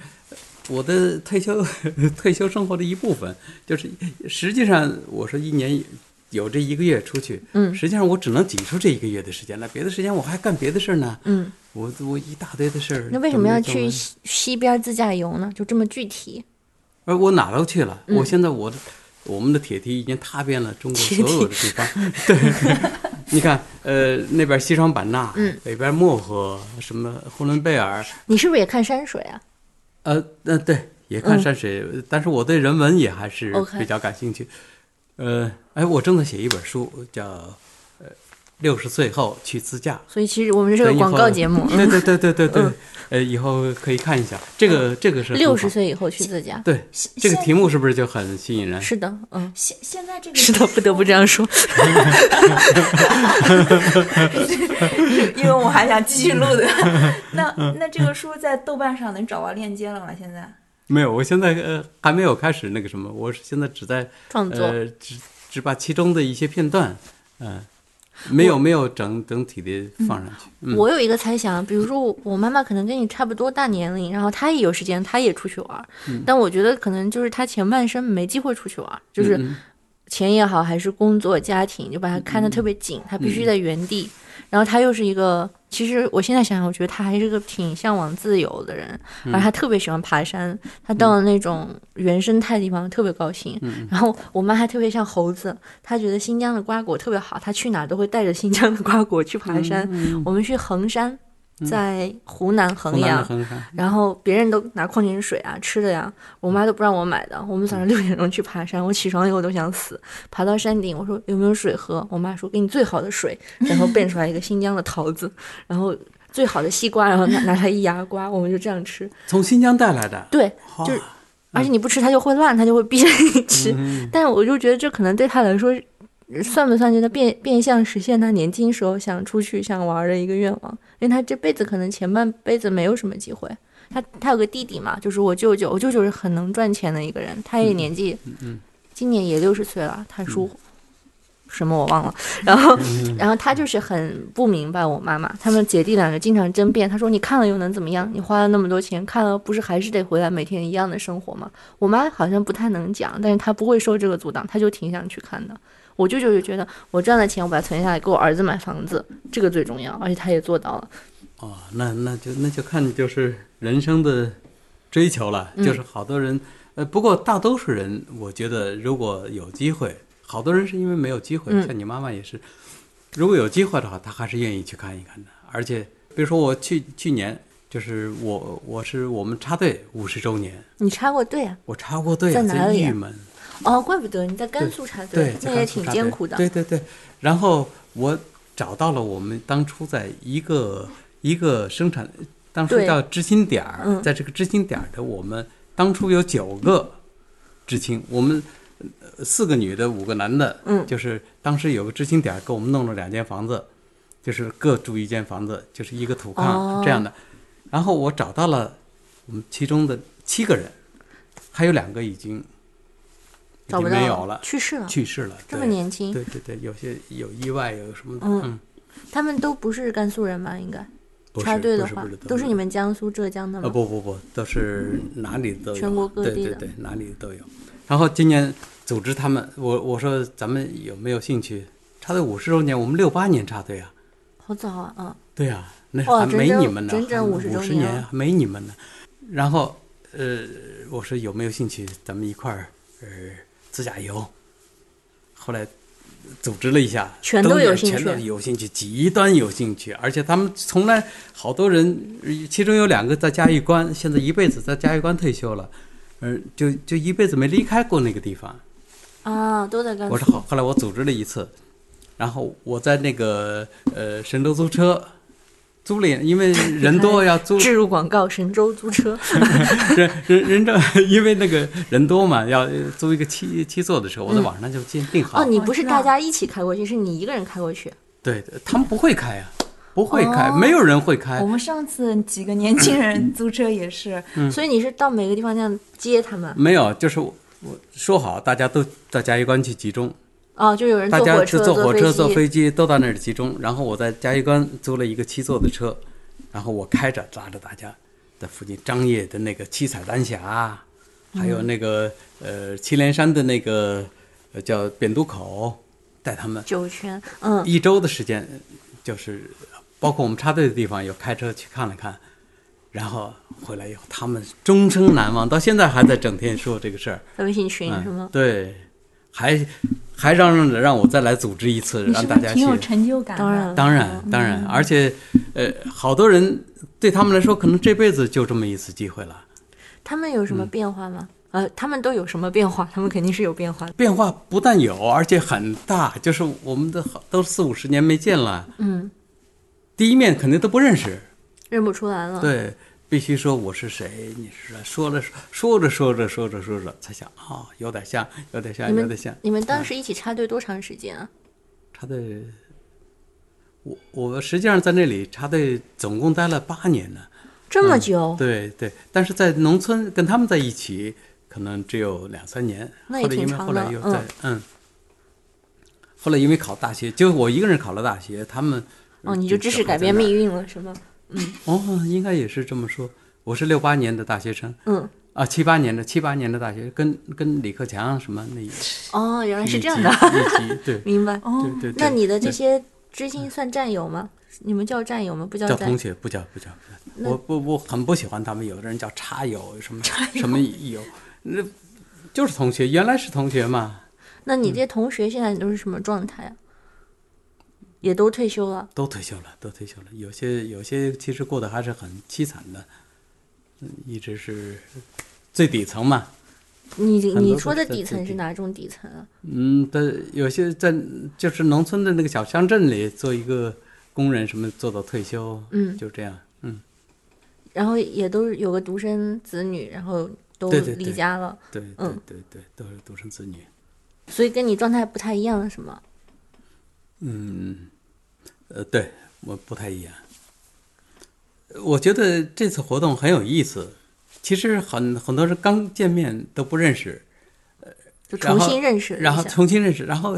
C: 我的退休 退休生活的一部分，就是实际上我说一年有这一个月出去，
A: 嗯
C: 实际上我只能挤出这一个月的时间来，别的时间我还干别的事儿呢，
A: 嗯，
C: 我我一大堆的事儿。
A: 那为什么要去
C: 去？
A: 西西边自驾游呢？就这么具体？
C: 而我哪都去了，
A: 嗯
C: 我现在我的我们的铁蹄已经踏遍了中国
A: 铁蹄
C: 所有的地方。对， 你看，呃，那边西双版纳，
A: 嗯
C: 北边漠河，什么呼伦贝尔，
A: 你是不是也看山水啊？
C: 呃，那对，也看
A: 嗯
C: 山水，但是我对人文也还是
A: OK
C: 比较感兴趣。呃，哎，我正在写一本书，叫《呃六十岁后去自驾》。
A: 所以其实我们这
C: 等
A: 是
C: 以
A: 个
C: 后
A: 广告节目，嗯
C: 对对对 对对对，呃，以后可以看一下，这个这个是很
A: 六十
C: 好，
A: 岁以后去自驾。
C: 对
B: 现
C: 这个
B: 现
C: 题目是不是就很吸引人？
A: 是的，嗯，
B: 现现在这个
A: 是的，不得不这样说。
B: 因为我还想继续录的。那那这个书在豆瓣上能找到链接了吗？现在？
C: 没有，我现在呃还没有开始那个什么，我是现在只在
A: 创作
C: 呃只只把其中的一些片段，嗯、没有没有整整体的放上去。嗯
A: 我有一个猜想，比如说我妈妈可能跟你差不多大年龄，然后她也有时间，她也出去玩儿。但我觉得可能就是她前半生没机会出去玩儿，就是
C: 嗯
A: 钱也好，还是工作、家庭，就把她看得特别紧，她
C: 嗯
A: 必须在原地。然后她又是一个，其实我现在想想，我觉得她还是个挺向往自由的人，
C: 嗯
A: 而她特别喜欢爬山，她到了那种原生态地方特别高兴。
C: 嗯
A: 然后我妈还特别像猴子，她觉得新疆的瓜果特别好，她去哪儿都会带着新疆的瓜果去
C: 嗯
A: 爬山。我们去衡山，在湖南衡
C: 湖南
A: 阳
C: 的，衡山，
A: 然后别人都拿矿泉水啊、吃的呀，我妈都不让我买的。我们早上六点钟去爬山，我起床以后都想死。爬到山顶，我说有没有水喝？我妈说给你最好的水，然后变出来一个新疆的桃子，然后最好的西瓜，然后拿 拿来一牙瓜，我们就这样吃。
C: 从新疆带来的，
A: 对，
C: 哇
A: 就是而且你不吃它就会烂，它就会逼着你吃。
C: 嗯
A: 但我就觉得这可能对他来说，呃算不算就他变变相实现他年轻时候想出去想玩儿的一个愿望？因为他这辈子可能前半辈子没有什么机会。他他有个弟弟嘛，就是我舅舅，我舅舅是很能赚钱的一个人，他也年纪，
C: 嗯
A: 今年也六十岁了，他叔。什么我忘了， 然后，
C: 嗯
A: 然后他就是很不明白我妈妈，他们姐弟两个经常争辩。他说：“你看了又能怎么样？你花了那么多钱，看了不是还是得回来每天一样的生活吗？”我妈好像不太能讲，但是她不会受这个阻挡，她就挺想去看的。我舅舅就觉得我赚了钱，我把它存下来给我儿子买房子，这个最重要，而且他也做到了。
C: 哦，那那就那就看就是人生的追求了，
A: 嗯
C: 就是好多人，呃，不过大多数人，我觉得如果有机会，好多人是因为没有机会，
A: 嗯
C: 像你妈妈也是，如果有机会的话，她还是愿意去看一看的。而且，比如说我去去年，就是我我是我们插队五十周年，
A: 你插过队啊？
C: 我插过队、啊，
A: 在哪里啊
C: 郁闷，
A: 哦，怪不得你在甘肃插队，
C: 在
A: 那也
C: 甘肃
A: 挺
C: 扎
A: 艰
C: 堆
A: 苦的。
C: 对对对，然后我找到了我们当初在一个一个生产，当初
A: 对
C: 叫知青点儿
A: 嗯，
C: 在这个知青点儿的我们当初有九个知青，我们呃四个女的，五个男的，
A: 嗯
C: 就是当时有个知青点儿给我们弄了两间房子，就是各住一间房子，就是一个土炕
A: 哦
C: 这样的。然后我找到了我们其中的七个人，还有两个已经已
A: 找
C: 经
A: 不到
C: 没有了，
A: 去世了，
C: 去世了，
A: 啊这么
C: 对
A: 年轻
C: 对对对，有些有意外，有什么的，
A: 嗯
C: 嗯，
A: 他们都不是甘肃人吧？应该
C: 不是
A: 插队的
C: 不
A: 话
C: 是不，是
A: 都是你们江苏、浙江的
C: 呃
A: 吗？
C: 不不不，都是哪里都有，
A: 全国各地的
C: 对对对，哪里都有。然后今年组织他们，我我说咱们有没有兴趣插队五十周年？我们六八年插队啊，
A: 好早啊，嗯，
C: 对呀、那
A: 哇
C: 还
A: 哦整
C: 没
A: 整
C: 你们呢，
A: 整整
C: 还
A: 50周年
C: 50
A: 啊
C: 年
A: 了
C: 还没你们呢。然后呃，我说有没有兴趣，咱们一块儿呃自驾游？后来组织了一下，
A: 全
C: 都
A: 都有
C: 有
A: 兴
C: 全
A: 趣
C: 都有兴趣，极端有兴趣，而且他们从来好多人，呃其中有两个在嘉峪关，现在一辈子在嘉峪关退休了，嗯、就就一辈子没离开过那个地方。
A: 啊，都在甘
C: 我说
A: 肃。
C: 好，后来我组织了一次，然后我在那个呃神州租车租了一，因为 人多要租
A: 置入广告，神州租车。
C: 人人人这， 因为那个人多嘛，要呃租一个七七座的车，我在网上就订订好。
A: 嗯哦，你不
B: 我
A: 是
B: 知
A: 大
B: 道
C: 嗯
A: 家一起开过去，是你一个人开过去。
C: 对他们不会开呀、啊不会
A: 哦
C: 开，没有人会开
B: 我。们上次几个年轻人租车也是，
C: 嗯
A: 所以你是到每个地方这样接他们？
C: 没有，就是我我说好，大家都到嘉峪关去集中，
A: 哦，就有人
C: 大
A: 坐
C: 家
A: 火
C: 是
A: 车、
C: 坐火车、坐
A: 坐机。
C: 飞机都到那儿集中。然后我在嘉峪关租了一个七座的车，然后我开着拉着大家，在附近张掖的那个七彩丹霞啊，还有
A: 嗯
C: 那个呃祁连山的那个呃叫扁渡口，带他们
A: 酒泉，嗯，
C: 一周的时间，就是包括我们插队的地方有开车去看了看，然后回来以后他们终生难忘，到现在还在整天说这个事儿。
A: 在微信群是
C: 嗯
A: 吗，？
C: 对，还还嚷嚷着让我再来组织一次，
B: 你是
C: 让
B: 不
C: 大
B: 是
C: 家去
B: 挺。有成就感的？嗯
A: 当然，
C: 当然，当然，而且，呃，好多人对他们来说，可能这辈子就这么一次机会了。
A: 他们有什
C: 嗯
A: 么变化吗？呃，他们都有什么变化？他们肯定是有变化的。
C: 变化不但有，而且很大，就是我们的好都四五十年没见了，
A: 嗯，
C: 第一面肯定都不认识，
A: 认不出来
B: 嗯
A: 了。，
C: 对，必须说我是谁，你是谁说了说着说着说着说着才想啊、有点像，有点像，
A: 你
C: 有点
A: 们
C: 像。嗯
A: 你们当时一起插队多长时间啊？
C: 插队，我我实际上在那里插队总共待了八年呢。嗯
A: 这么久？
C: 对对，但是在农村跟他们在一起，可能只有两三年。
A: 那
C: 后
A: 也
C: 来因为
A: 挺长
C: 后来
A: 的
C: 又在嗯后来因为考大学，就我一个人考了大学，他们
A: 哦，你就知识
C: 小孩
A: 改
C: 在
A: 变
C: 那儿
A: 命运了是吗？
C: 哦，应该也是这么说。我是六八年的大学生
A: 嗯，
C: 啊，七八年的七八年的大学，跟跟李克强什么那一
A: 哦，原来是
C: 一
A: 这样
C: 级
A: 的，
C: 一级对
A: 明白。
B: 哦，
C: 对对对。
A: 那你的这
C: 对
A: 些知青算战友吗？你们叫战友吗？不叫
C: 叫
A: 战
C: 同学，不叫不叫不叫。我不我很不喜欢他们，有的人叫插友什么什么友，那就是同学，原来是同学嘛，
A: 那
C: 嗯
A: 你这些同学现在都是什么状态啊？也都退休了，
C: 都退休了，都退休了。有些有些其实过得还是很凄惨的，嗯一直是最底层嘛。
A: 你
C: 很多
A: 你
C: 都
A: 说
C: 是
A: 的
C: 在
A: 底层
C: 退
A: 是
C: 休
A: 哪种底层啊？
C: 嗯，但有些在就是农村的那个小乡镇里做一个工人，什么做到退休，
A: 嗯
C: 就这样，嗯，
A: 然后也都是有个独生子女，然后都
C: 对对对
A: 离家了，
C: 对对
A: 嗯
C: 对对，都是独生子女。
A: 所以跟你状态不太一样了，是吗？
C: 嗯，呃，对我不太一样。我觉得这次活动很有意思。其实很很多人刚见面都不认识，
A: 就
C: 然
A: 重
C: 后
A: 新认识了
C: 然后
A: 一下
C: 重新认识，然后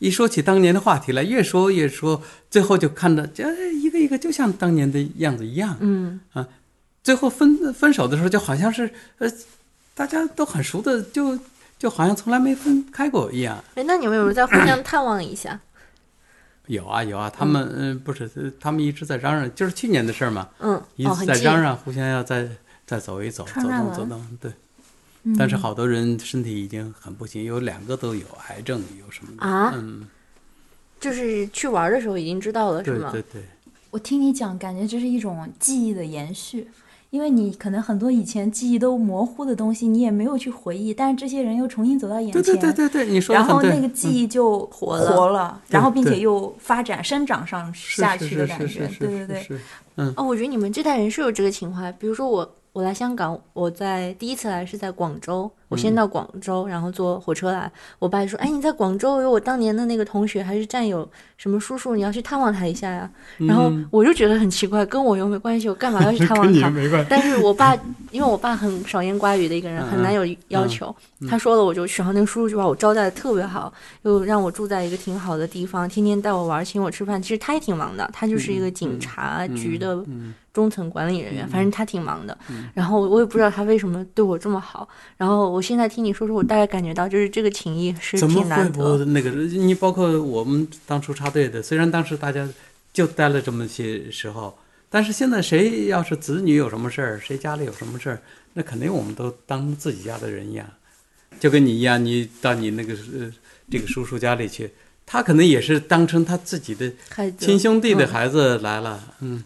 C: 一说起当年的话题来，越说越说，最后就看着这一个一个就像当年的样子一样。啊
A: 嗯，
C: 最后分分手的时候，就好像是呃，大家都很熟的，就就好像从来没分开过一样。
A: 哎，那你们有没有在互相探望一下？
C: 有啊有啊，他们嗯、呃不是，呃他们一直在嚷嚷，就是去年的事儿嘛。
A: 嗯，
C: 一
A: 哦，
C: 直
A: 很
C: 在
A: 近。
C: 嚷嚷，互相要再再走一走，走
B: 传染
C: 动
B: 了嗯
C: 走动，对。但是好多人身体已经很不行，有两个都有癌症，有什么的
A: 啊
C: 嗯，
A: 就是去玩的时候已经知道了，是
C: 对
A: 吗？
C: 对对，
B: 我听你讲，感觉这是一种记忆的延续，因为你可能很多以前记忆都模糊的东西，你也没有去回忆，但是这些人又重新走到眼前，
C: 对对对对对，你说的
B: 然后
C: 很
B: 那个
C: 对。嗯
B: 记忆就活
A: 了
B: 活了，然后并且
C: 对
B: 又发展生长上
C: 是
B: 下去的感
C: 是是
B: 觉，
C: 是是
B: 对对
C: 是
B: 对，
C: 是
A: 哦，我觉得你们这代人是有这个情怀。比如说我，我来香港，我在第一次来是在广州，我
C: 嗯
A: 先到广州，然后坐火车来。我爸就说：“哎，你在广州有我当年的那个同学，还是战友，什么叔叔，你要去探望他一下呀、然后我就觉得很奇怪，跟我又没关系，我干嘛 要去探望
C: 嗯跟你
A: 他？
C: 没关系。
A: 但是我爸，因为我爸很少言寡语的一
C: 嗯
A: 个人，很难有要求。他说了我就去，然后那个叔叔就把我招待的特别好，又让我住在一个挺好的地方，天天带我玩，请我吃饭。其实他也挺忙的，他就是
C: 嗯
A: 一个警察局的中层管理人员，
C: 嗯
A: 反正他挺忙的。然后我也不知道他为什么对我这么好。然后我现在听你说说，我大概感觉到就是这个情谊是
C: 怎么
A: 挺
C: 会
A: 难
C: 不
A: 得。
C: 那个？你包括我们当初插队的，虽然当时大家就待了这么些时候，但是现在谁要是子女有什么事儿，谁家里有什么事儿，那肯定我们都当自己家的人一样，就跟你一样，你到你那个呃这个叔叔家里去，他可能也是当成他自己的
A: 太得
C: 亲兄弟的孩子来了，嗯，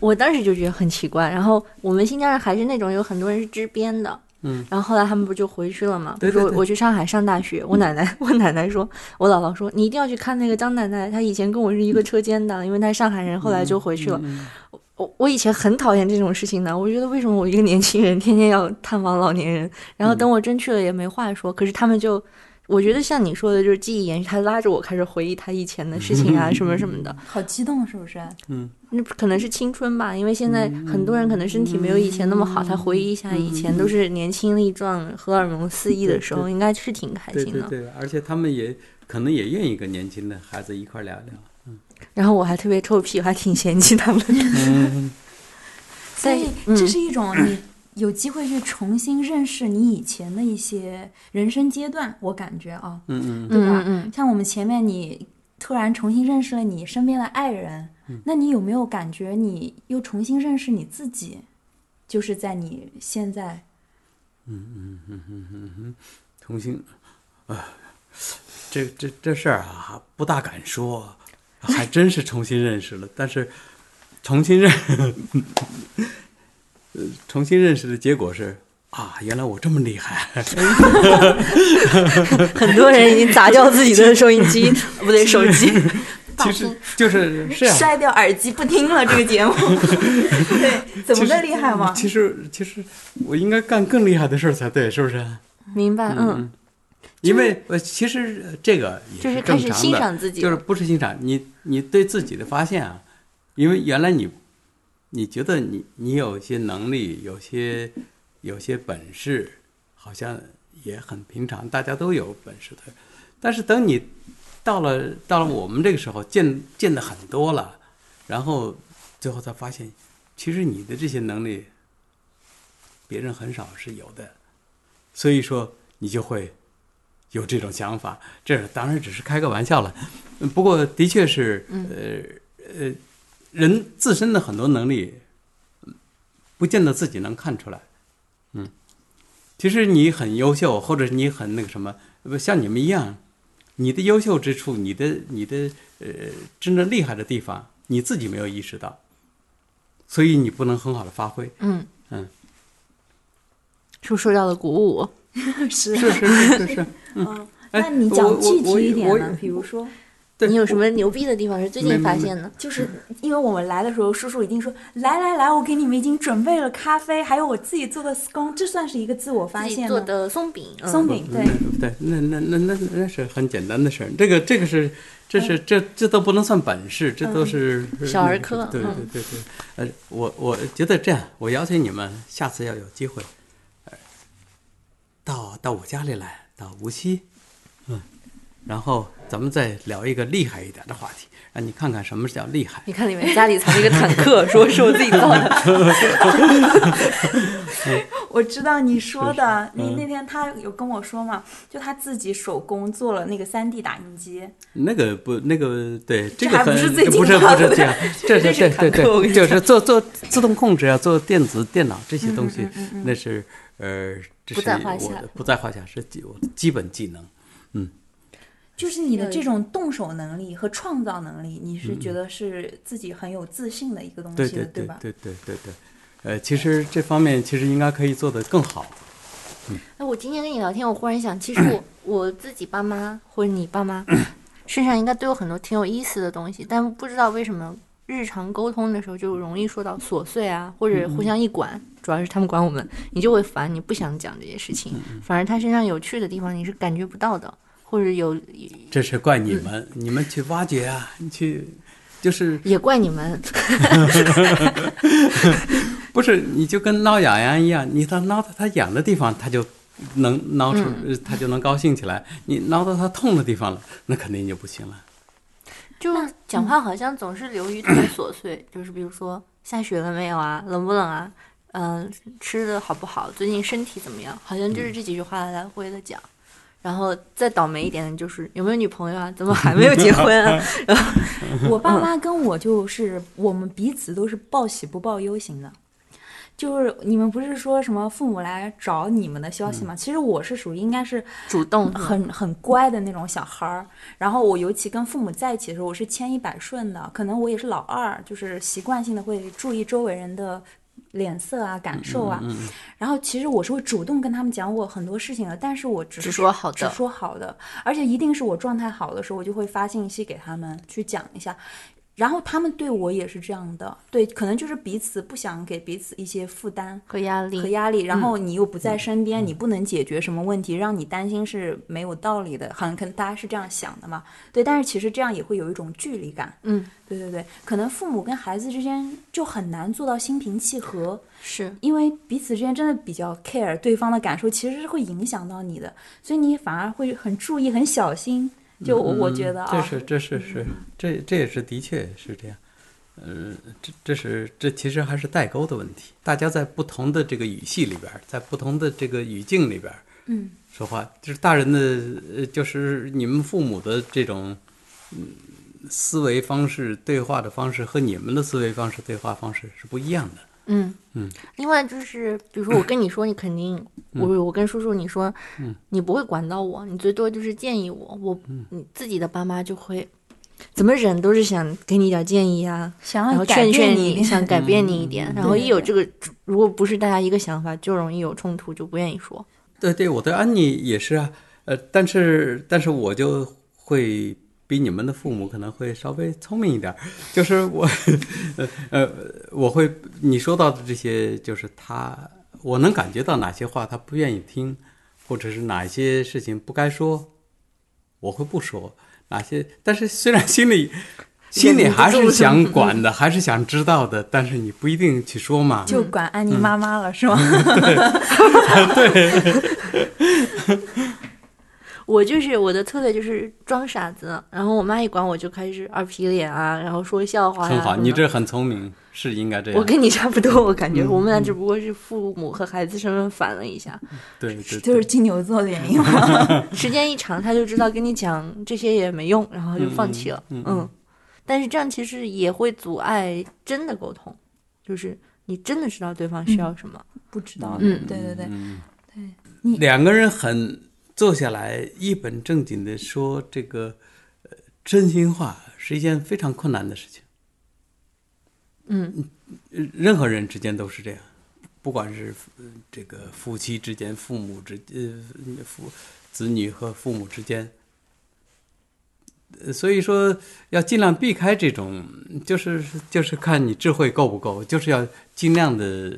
A: 我当时就觉得很奇怪。然后我们新疆人还是那种有很多人是支边的，
C: 嗯，
A: 然后后来他们不就回去了嘛？
C: 对对
A: 比如
C: 对
A: 我我去上海上大学，我奶奶我奶奶说，我姥姥说你一定要去看那个张奶奶，她以前跟我是一个车间的，因为她是上海人，后来就回去了。
C: 嗯
A: 我我以前很讨厌这种事情的，我觉得为什么
C: 嗯
A: 我一个年轻人天天要探望老年人，然后等我真去了也没话说，可是他们就。我觉得像你说的，就是记忆延续，他拉着我开始回忆他以前的事情啊，什么什么的。
B: 好激动，是不是？
A: 那可能是青春吧，因为现在很多人可能身体没有以前那么好，他回忆一下以前都是年轻力壮、荷尔蒙肆意的时候，
C: 对
A: 应该是挺开
C: 对
A: 心
C: 对
A: 的。
C: 对，而且他们也可能也愿意跟年轻的孩子一块儿聊聊。
A: 然后我还特别臭屁，我还挺嫌弃他们的。
C: 嗯，
B: 所以
A: 嗯
B: 这是一种你有机会去重新认识你以前的一些人生阶段，我感觉啊，
C: 嗯
B: 对吧？
A: 嗯嗯
B: 像我们前面你突然重新认识了你身边的爱人，
C: 嗯
B: 那你有没有感觉你又重新认识你自己？就是在你现在，
C: 重新，啊，这这这事儿啊，不大敢说，还真是重新认识了。但是，重新认，呃，重新认识的结果是啊，原来我这么厉害。
A: 很多人已经砸掉自己的收音机，不对，手机，
C: 其实就是是啊，
B: 摔掉耳机不听了这个节目， 对，怎么个厉害嘛？
C: 其实其实我应该干更厉害的事儿才对，是不是？
A: 明白？嗯，
C: 因为呃，其实呃这个也
A: 就是
C: 正
A: 开
C: 常
A: 始
C: 的，
A: 欣赏自己
C: 就是
A: 了
C: 不是欣赏你，你对自己的发现啊，因为原来你，你觉得你你有些能力，有些有些本事，好像也很平常，大家都有本事的，但是等你到了到了我们这个时候，见见的很多了，然后最后才发现，其实你的这些能力，别人很少是有的，所以说你就会有这种想法。这当然只是开个玩笑了，嗯不过的确是，
B: 嗯
C: 呃呃，人自身的很多能力，嗯不见得自己能看出来。嗯，其实你很优秀，或者你很那个什么，不像你们一样，你的优秀之处，你的你的呃真正厉害的地方，你自己没有意识到，所以你不能很好的发挥。
A: 嗯
C: 嗯，
A: 是不是受到了鼓舞？
B: 是
C: 是是是是 是，
B: 嗯，
C: 哎
B: 那你
C: 我
B: 讲
C: 我
B: 具体
C: 我
B: 一点
C: 我
B: 呢？比如说，
C: 对
A: 你有什么牛逼的地方是最
C: 没
A: 近
C: 没
A: 发
C: 没
A: 现的？
B: 就是因为我们来的时候，叔叔一定说：“来来来，我给你们已经准备了咖啡，还有我自己做的 scone，这算是一个自我发
A: 自己
B: 现
A: 做
B: 吗？
A: 的松饼，嗯
B: 松饼，对，
C: 嗯对，那那那那那是很简单的事儿。这个这个是，这是这这都不能算本事，这都是
A: 嗯小儿科
C: 对对
A: 嗯
C: 对对，呃，我我觉得这样，我邀请你们下次要有机会，呃，到到我家里来，到无锡，嗯，然后咱们再聊一个厉害一点的话题，让你看看什么叫厉害。
A: 你看里面家里藏了一个坦克，说是我自己造的。
B: 我知道你说的。
C: 是
B: 那
C: 嗯
B: 那天他有跟我说嘛，就他自己手工做了那个3 D 打印机，
C: 那个不，那个对，这个
B: 还不
C: 很
B: 是最近
C: 不是不
B: 到
C: 是
B: 的
C: 这样， 这
B: 这
C: 是
B: 是
C: 对
B: 坦
C: 对
B: 克我跟
C: 对，
B: 你
C: 就是做做自动控制啊，做电子电脑这些东
B: 嗯
C: 西，那是呃，这
A: 不
C: 是
A: 在话下
C: 我的不在话下，是基我的基本技能。
B: 就是你的这种动手能力和创造能力，你是觉得是自己很有自信的一个东
C: 嗯对
B: 西的，
C: 对对
B: 吧？
C: 对对对对，呃，其实这方面其实应该可以做得更好。
A: 哎，我今天跟你聊天，我忽然想，其实我我自己爸妈或者你爸妈身上应该都有很多挺有意思的东西，但不知道为什么日常沟通的时候就容易说到琐碎啊，或者互相一管，主要是他们管我们，你就会烦，你不想讲这些事情，反而他身上有趣的地方你是感觉不到的，或者有
C: 这是怪你们，
B: 嗯
C: 你们去挖掘啊，你去就是
A: 也怪你们，
C: 不是，你就跟挠痒痒一样，你他挠到他痒的地方，他就能挠出，呃他就能高兴起来；你挠到他痛的地方了，那肯定就不行了。
A: 就讲
B: 嗯
A: 话好像总是流于特别琐碎，就是比如说下雪了没有啊，冷不冷啊，嗯、吃的好不好，最近身体怎么样，好像就是这几句话来来回的讲。然后再倒霉一点的就是有没有女朋友啊？怎么还没有结婚啊？
B: 我爸妈跟我就是，我们彼此都是报喜不报忧型的。就是你们不是说什么父母来找你们的消息吗？其实我是属于应该是
A: 主动
B: 很很乖的那种小孩儿。然后我尤其跟父母在一起的时候，我是千依百顺的，可能我也是老二，就是习惯性的会注意周围人的脸色啊、感受
A: 嗯
B: 啊。然后其实我是会主动跟他们讲我很多事情的，但是我只是
A: 只说好的
B: 只说好的，而且一定是我状态好的时候，我就会发信息给他们去讲一下。然后他们对我也是这样的，对，可能就是彼此不想给彼此一些负担
A: 和压力
B: 和压力，然后
A: 嗯
B: 你又不在身边，你不能解决什么问题，让你担心是没有道理的，好像可能大家是这样想的嘛，对，但是其实这样也会有一种距离感，
A: 嗯，
B: 对对对，可能父母跟孩子之间就很难做到心平气和，
A: 是
B: 因为彼此之间真的比较 care 对方的感受，其实是会影响到你的，所以你反而会很注意、很小心。
A: 嗯
B: 就我我觉得啊，嗯
C: 这是这是是这这也是的确是这样，呃，这这是这其实还是代沟的问题。大家在不同的这个语系里边儿，在不同的这个语境里边儿
B: 嗯，
C: 说话，就是大人的，呃，就是你们父母的这种，嗯，思维方式、对话的方式和你们的思维方式、对话方式是不一样的。
A: 嗯
C: 嗯。
A: 另外就是，比如说我跟你说，你肯定，我我跟叔叔你说，
C: 嗯
A: 你不会管到我，你最多就是建议我，我你自己的爸妈就会怎么忍都是想给你点建议啊，
B: 想
A: 然
B: 要
A: 后
B: 改
A: 劝
B: 变
A: 劝
B: 你
A: 你，想改变你一点。
C: 嗯
A: 然后
B: 对
A: 一有这个，如果不是大家一个想法，就容易有冲突，就不愿意说。
C: 对对，我对安妮也是啊，呃，但是但是我就会比你们的父母可能会稍微聪明一点儿，就是我， 呃呃，我会你说到的这些，就是他，我能感觉到哪些话他不愿意听，或者是哪些事情不该说，我会不说，哪些，但是虽然心里。心里还是想管的，还是想知道的，但是你不一定去说嘛。
B: 就管安
A: 嗯
B: 妮妈妈了，是 吗？
A: 我就是我的策略就是装傻子，然后我妈一管我就开始二皮脸啊，然后说笑话呀、
C: 很好，
A: 什么
C: 你这嗯很聪明，是应该这样。
A: 我跟你差不多，我感觉我们俩只不过是父母和孩子身份反了一下。
C: 对对，
B: 就
C: 对
B: 是金牛座的原因吗？
A: 时间一长，他就知道跟你讲这些也没用，然后就放弃了。
C: 嗯
A: 嗯，
C: 嗯
A: 但是这样其实也会阻碍真的沟通，就是你真的知道对方需要什么。
B: 不知道，
A: 嗯
B: 对对对，你
C: 两个人很坐下来，一本正经的说这个呃真心话，是一件非常困难的事情。
A: 嗯
C: 呃，任何人之间都是这样，不管是呃这个夫妻之间、父母之呃父子女和父母之间。呃所以说，要尽量避开这种，就是就是看你智慧够不够，就是要尽量的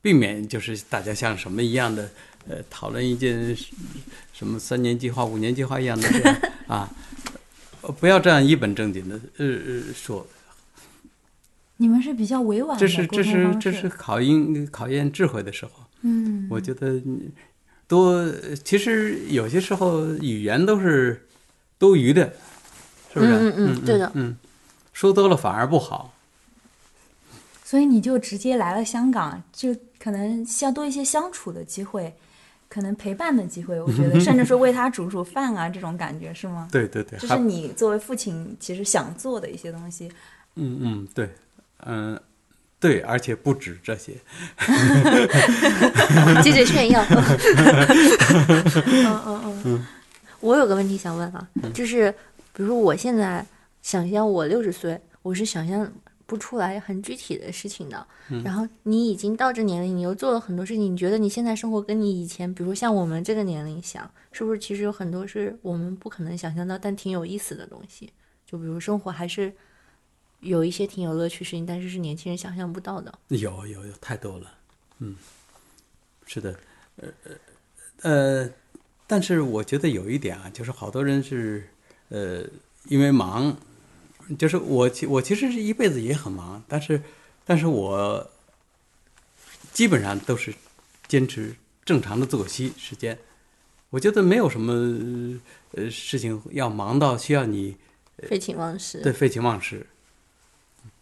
C: 避免，就是大家像什么一样的，呃，讨论一件事什么三年计划、五年计划一样的 这样啊，呃不要这样一本正经的呃呃说，
B: 你们是比较委婉的
C: 这是
B: 哦沟
C: 这
B: 通
C: 是
B: 方
C: 这
B: 式
C: 是考验考验智慧的时候。
B: 嗯，
C: 我觉得你多其实有些时候语言都是多余的，是不是？
A: 嗯嗯嗯对的
C: 嗯，说多了反而不好。
B: 所以你就直接来了香港，就可能要多一些相处的机会，可能陪伴的机会，我觉 得，甚至说为他煮煮饭啊，这种感觉是吗？
C: 对对对，
B: 这
C: 还
B: 是你作为父亲其实想做的一些东西，
C: 嗯嗯对，嗯、对，而且不止这些。
A: 接着炫耀。
B: 嗯嗯嗯，
A: 我有个问题想问啊，就是比如说我现在想象我六十岁，我是想象不出来很具体的事情的。然后你已经到这年龄，你又做了很多事情，你觉得你现在生活跟你以前，比如像我们这个年龄想，是不是其实有很多是我们不可能想象到，但挺有意思的东西？就比如生活还是有一些挺有乐趣事情，但是是年轻人想象不到的。
C: 有有有，太多了。嗯，是的，呃呃，但是我觉得有一点啊，就是好多人是呃，因为忙，就是我其我其实是一辈子也很忙，但是但是我基本上都是坚持正常的作息时间。我觉得没有什么呃事情要忙到需要你
A: 废寝忘食。
C: 对废寝忘食，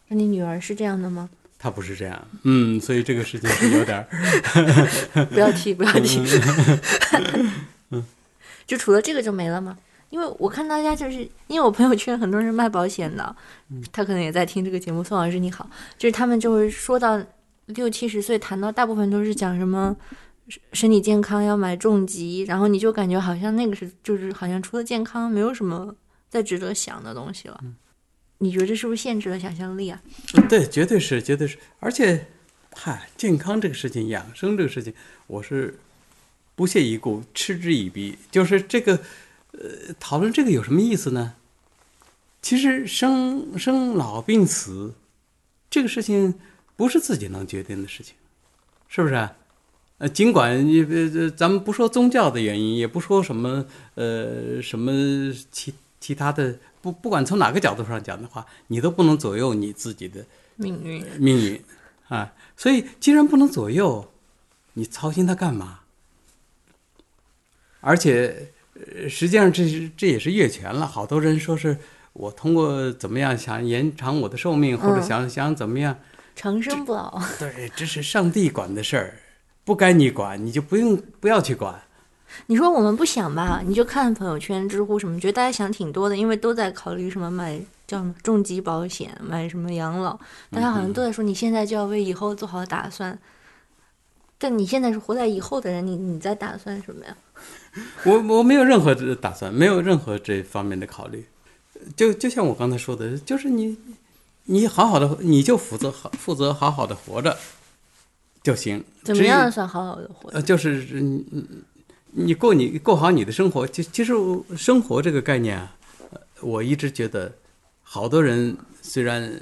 A: 那你女儿是这样的吗？
C: 他不是这样，嗯，所以这个事情是有点儿
A: 不要提，不要提。 就除了这个就没了吗？因为我看大家就是，因为我朋友圈很多人卖保险的，他可能也在听这个节目。宋老师你好，就是他们就会说到六七十岁，谈到大部分都是讲什么身身体健康要买重疾，然后你就感觉好像那个是就是好像除了健康没有什么再值得想的东西了。你觉得这是不是限制了想象力啊？
C: 对，绝对是，绝对是。而且，嗨，健康这个事情，养生这个事情，我是不屑一顾，嗤之以鼻。就是这个，呃，讨论这个有什么意思呢？其实生生老病死，这个事情不是自己能决定的事情，是不是啊？呃，尽管呃，咱们不说宗教的原因，也不说什么呃什么其其他的，不不管从哪个角度上讲的话，你都不能左右你自己的
A: 命运。
C: 命运啊。所以，既然不能左右，你操心它干嘛？而且，呃实际上这是这也是越权了。好多人说是我通过怎么样想延长我的寿命，或者
A: 嗯
C: 想想怎么样，
A: 长生不老，
C: 对，这是上帝管的事儿，不该你管，你就不用不要去管。
A: 你说我们不想吧？你就看朋友圈、知乎什么，觉得大家想挺多的，因为都在考虑什么买叫什么重疾保险、买什么养老，大家好像都在说你现在就要为以后做好打算。但你现在是活在以后的人，你你在打算什么呀？
C: 我我没有任何的打算，没有任何这方面的考虑。就就像我刚才说的，就是你你好好的，你就负责好负责好好的活着就行。
A: 怎么
C: 至于
A: 样算好好的活着？
C: 呃，就是你你你过你过好你的生活，其其实我生活这个概念啊，呃我一直觉得，好多人虽然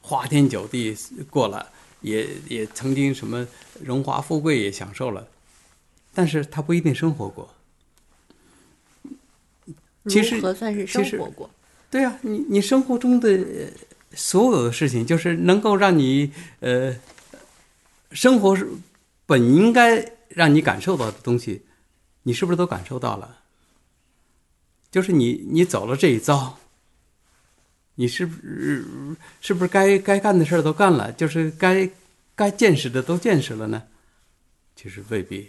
C: 花天酒地过了，也也曾经什么荣华富贵也享受了，但是他不一定生活过。其实
A: 如何算是
C: 其
A: 生
C: 实
A: 活过？
C: 对呀、你你生活中的呃所有的事情，就是能够让你呃，生活是本应该让你感受到的东西，你是不是都感受到了？就是你你走了这一遭，你是不是是不是该该干的事儿都干了？就是该该见识的都见识了呢？其实未必。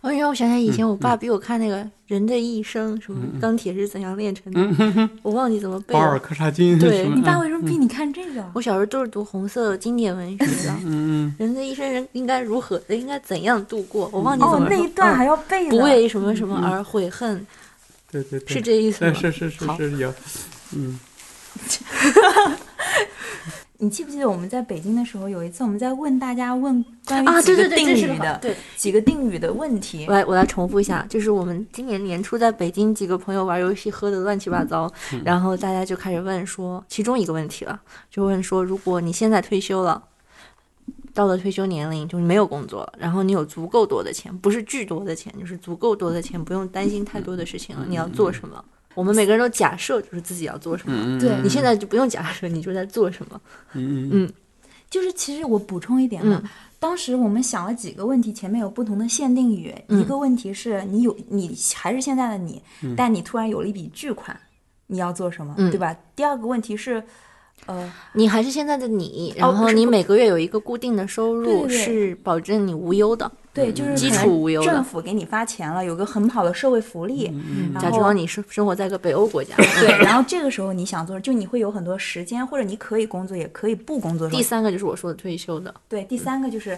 A: 哦，你让我想想以
C: 嗯
A: 前我爸逼我看那个《人的一生》，什么钢铁是怎样炼成的，
C: 嗯
A: 我忘记怎么背
C: 保尔
A: 了。
C: 柯察金
A: 啊对
C: 什么？
B: 你爸
C: 嗯
B: 为什么逼你看这个？
A: 我小时候都是读红色经典文学的，
C: 嗯
A: 人的一生人应该如何，应该怎样度过？我忘记怎
B: 哦
A: 么，
B: 那
A: 说
B: 一段
A: 嗯
B: 还要背
A: 不
B: 呢。
A: 为什么什么而悔恨，
C: 对对对，
A: 是这意思
C: 哎
A: 吗？
C: 是是是
A: 好
C: 是有，嗯。
B: 你记不记得我们在北京的时候，有一次我们在问大家问关于
A: 啊，
B: 几
A: 对对
B: 个
A: 对，
B: 定
A: 这是个
B: 语
A: 好
B: 的
A: 对。
B: 几个定语的问题
A: 我？来，我来重复一下，就是我们今年年初在北京几个朋友玩游戏喝的乱七八糟，
C: 嗯
A: 然后大家就开始问说，其中一个问题了，就问说，如果你现在退休了，到了退休年龄，就没有工作了，然后你有足够多的钱，不是巨多的钱，就是足够多的钱，不用担心太多的事情
C: 嗯
A: 了，你要做什么？我们每个人都假设就是自己要做什么，
B: 对
A: 你现在就不用假设，你就在做什么。嗯
C: 嗯嗯
B: 就是其实我补充一点啊，当时我们想了几个问题，前面有不同的限定语。
A: 嗯
B: 一个问题是你有你还是现在的你，但你突然有了一笔巨款，你要做什么，
A: 嗯
B: 对吧？第二个问题是，呃，
A: 你还是现在的你，
B: 哦
A: 然后
B: 是
A: 你
B: 不
A: 每个月有一个固定的收入，
B: 对对对
A: 是保证你无忧的。
B: 对，就是
A: 基
B: 可能
A: 础无忧的
B: 政府给你发钱了，有个很好的社会福利，
C: 嗯
B: 然
A: 假
B: 后
A: 装你生生活在一个北欧国家。
B: 对，然后这个时候你想做，就你会有很多时间，或者你可以工作，也可以不工作。
A: 第三个就是我说的退休的，
B: 对，第三个就是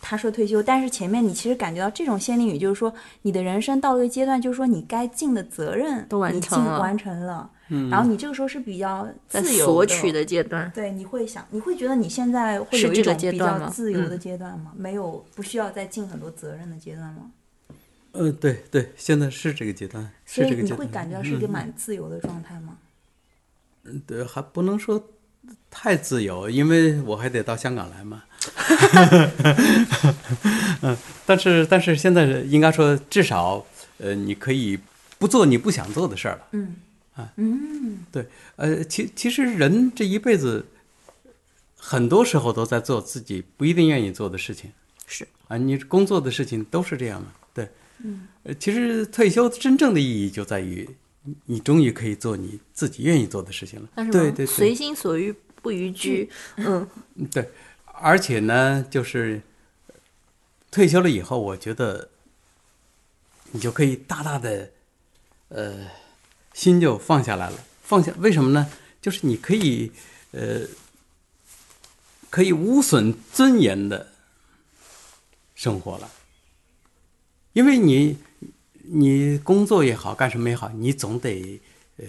B: 他说退休，但是前面你其实感觉到这种限定语，就是说你的人生到了一个阶段，就是说你该尽的责任
A: 都完
B: 你
A: 成
B: 尽
A: 了嗯
B: 完成了，然后你这个时候是比较
A: 在
B: 自由
A: 索取。的阶段，
B: 对，你会想，你会觉得你现在会
A: 是
B: 有一
A: 这个
B: 种
A: 阶
B: 比
A: 段
B: 较
A: 吗
B: 自由
A: 嗯
B: 的阶段吗？没有，不需要再尽很多责任的阶段吗？
C: 呃，对对，现在是这个阶段，
B: 所
C: 是
B: 以
C: 这个
B: 你
C: 阶
B: 会
C: 段。
B: 感觉到是一
A: 嗯
B: 个蛮自由的状态吗？
C: 嗯对，还不能说太自由，因为我还得到香港来嘛。嗯，但是但是现在应该说，至少呃，你可以不做你不想做的事儿了。啊
B: 嗯
A: 嗯
C: 对，呃，其其实人这一辈子，很多时候都在做自己不一定愿意做的事情。
A: 是
C: 啊，你工作的事情都是这样的，对。嗯，其实退休真正的意义就在于，你你终于可以做你自己愿意做的事情了。
A: 但是
C: 对
A: 嘛
C: 对
A: 随
C: 对，
A: 心所欲不逾矩，
C: 嗯对。而且呢，就是呃退休了以后，我觉得你就可以大大的，呃，心就放下来了。放下为什么呢？就是你可以，呃，可以无损尊严的生活了。因为你你工作也好，干什么也好，你总得呃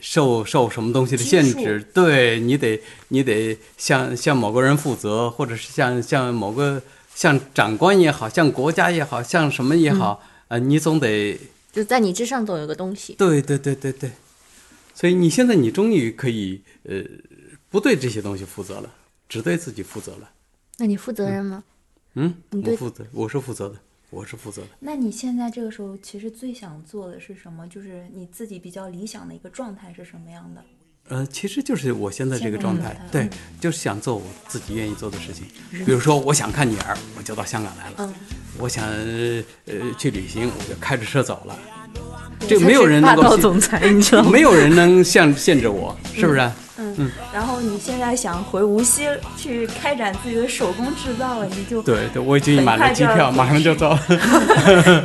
C: 受受什么东西的限
B: 拘
C: 制，对你得你得向向某个人负责，或者是向向某个向长官也好，向国家也好，向什么也好，呃，你总得
A: 就在你之上总有个东西。
C: 对对对对对，所以你现在你终于可以呃，不对这些东西负责了，只对自己负责了。
A: 那你负责任吗？
C: 嗯，
A: 你
C: 我
A: 对
C: 负责，我是负责的，我是负责的。
B: 那你现在这个时候其实最想做的是什么？就是你自己比较理想的一个状态是什么样的？
C: 呃，其实就是我现在这个状态，
B: 现在
C: 对，就是想做我自己愿意做的事情。比如说，我想看女儿，我就到香港来了；我想呃去旅行，我就开着车走了。这没有人能够
A: 霸道
C: 限
A: 总裁，你知道吗？
C: 没有人能限限制我，是啊不是？
B: 嗯，然后你现在想回无锡去开展自己的手工制造了，你 就
C: 对对，我已经
B: 很
C: 买了
B: 快
C: 机
B: 就要
C: 票，
B: 回
C: 马上就走 了。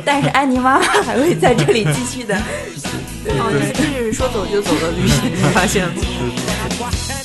B: 但是安妮妈妈还会在这里继续 的。
A: 哦，就是就是说走就走的旅行，你发现了吗？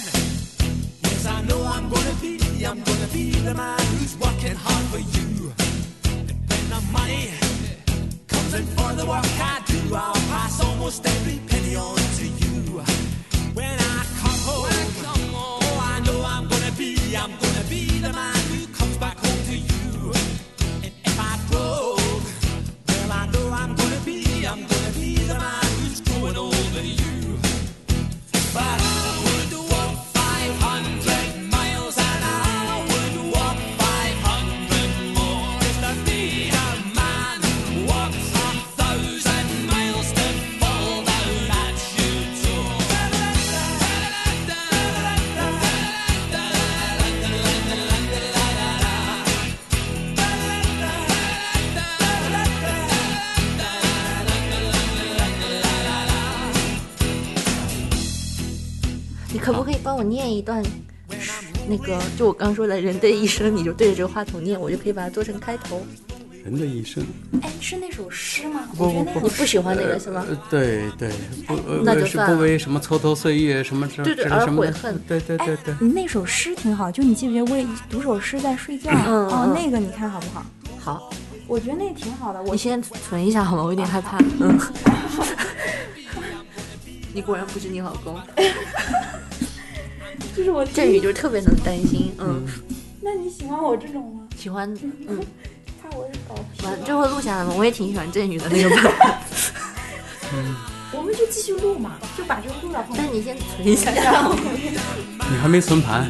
A: 你可不可以帮我念一段？
B: 嗯
A: 那个，就我刚说的“人的一生”，你就对着这个话筒念，我就可以把它做成开头。
C: 人的一生，
B: 哎，是那首诗吗？
C: 不
B: 我觉
C: 不
B: 得那
C: 不
B: 首诗
A: 不喜欢那个是吗？
C: 呃，对对，不
A: 那就
C: 呃是
A: 算了
C: 不为什么蹉跎岁月什么什么
A: 对对
C: 什
A: 而
C: 么什么
A: 悔
C: 的
A: 恨，哎
C: 对对对对。
B: 你那首诗挺好，就你记不记得我也读首诗在睡觉？
A: 嗯
B: 哦
A: 嗯，
B: 那个你看好不好？
A: 好，
B: 我觉得那挺好的。我
A: 你先存一下好吗？我有点害怕。嗯，你果然不是你老公，
B: 就是我
A: 振宇 就特别能担心。嗯，
B: 那你喜欢我这种吗？
A: 喜欢，嗯，
B: 看我是搞屁
A: 完最后录下来了。我也挺喜欢振宇的那个版，
B: 我们就继续录嘛，就把这个录到后面。
A: 但你先存一下。
C: 你还没存盘，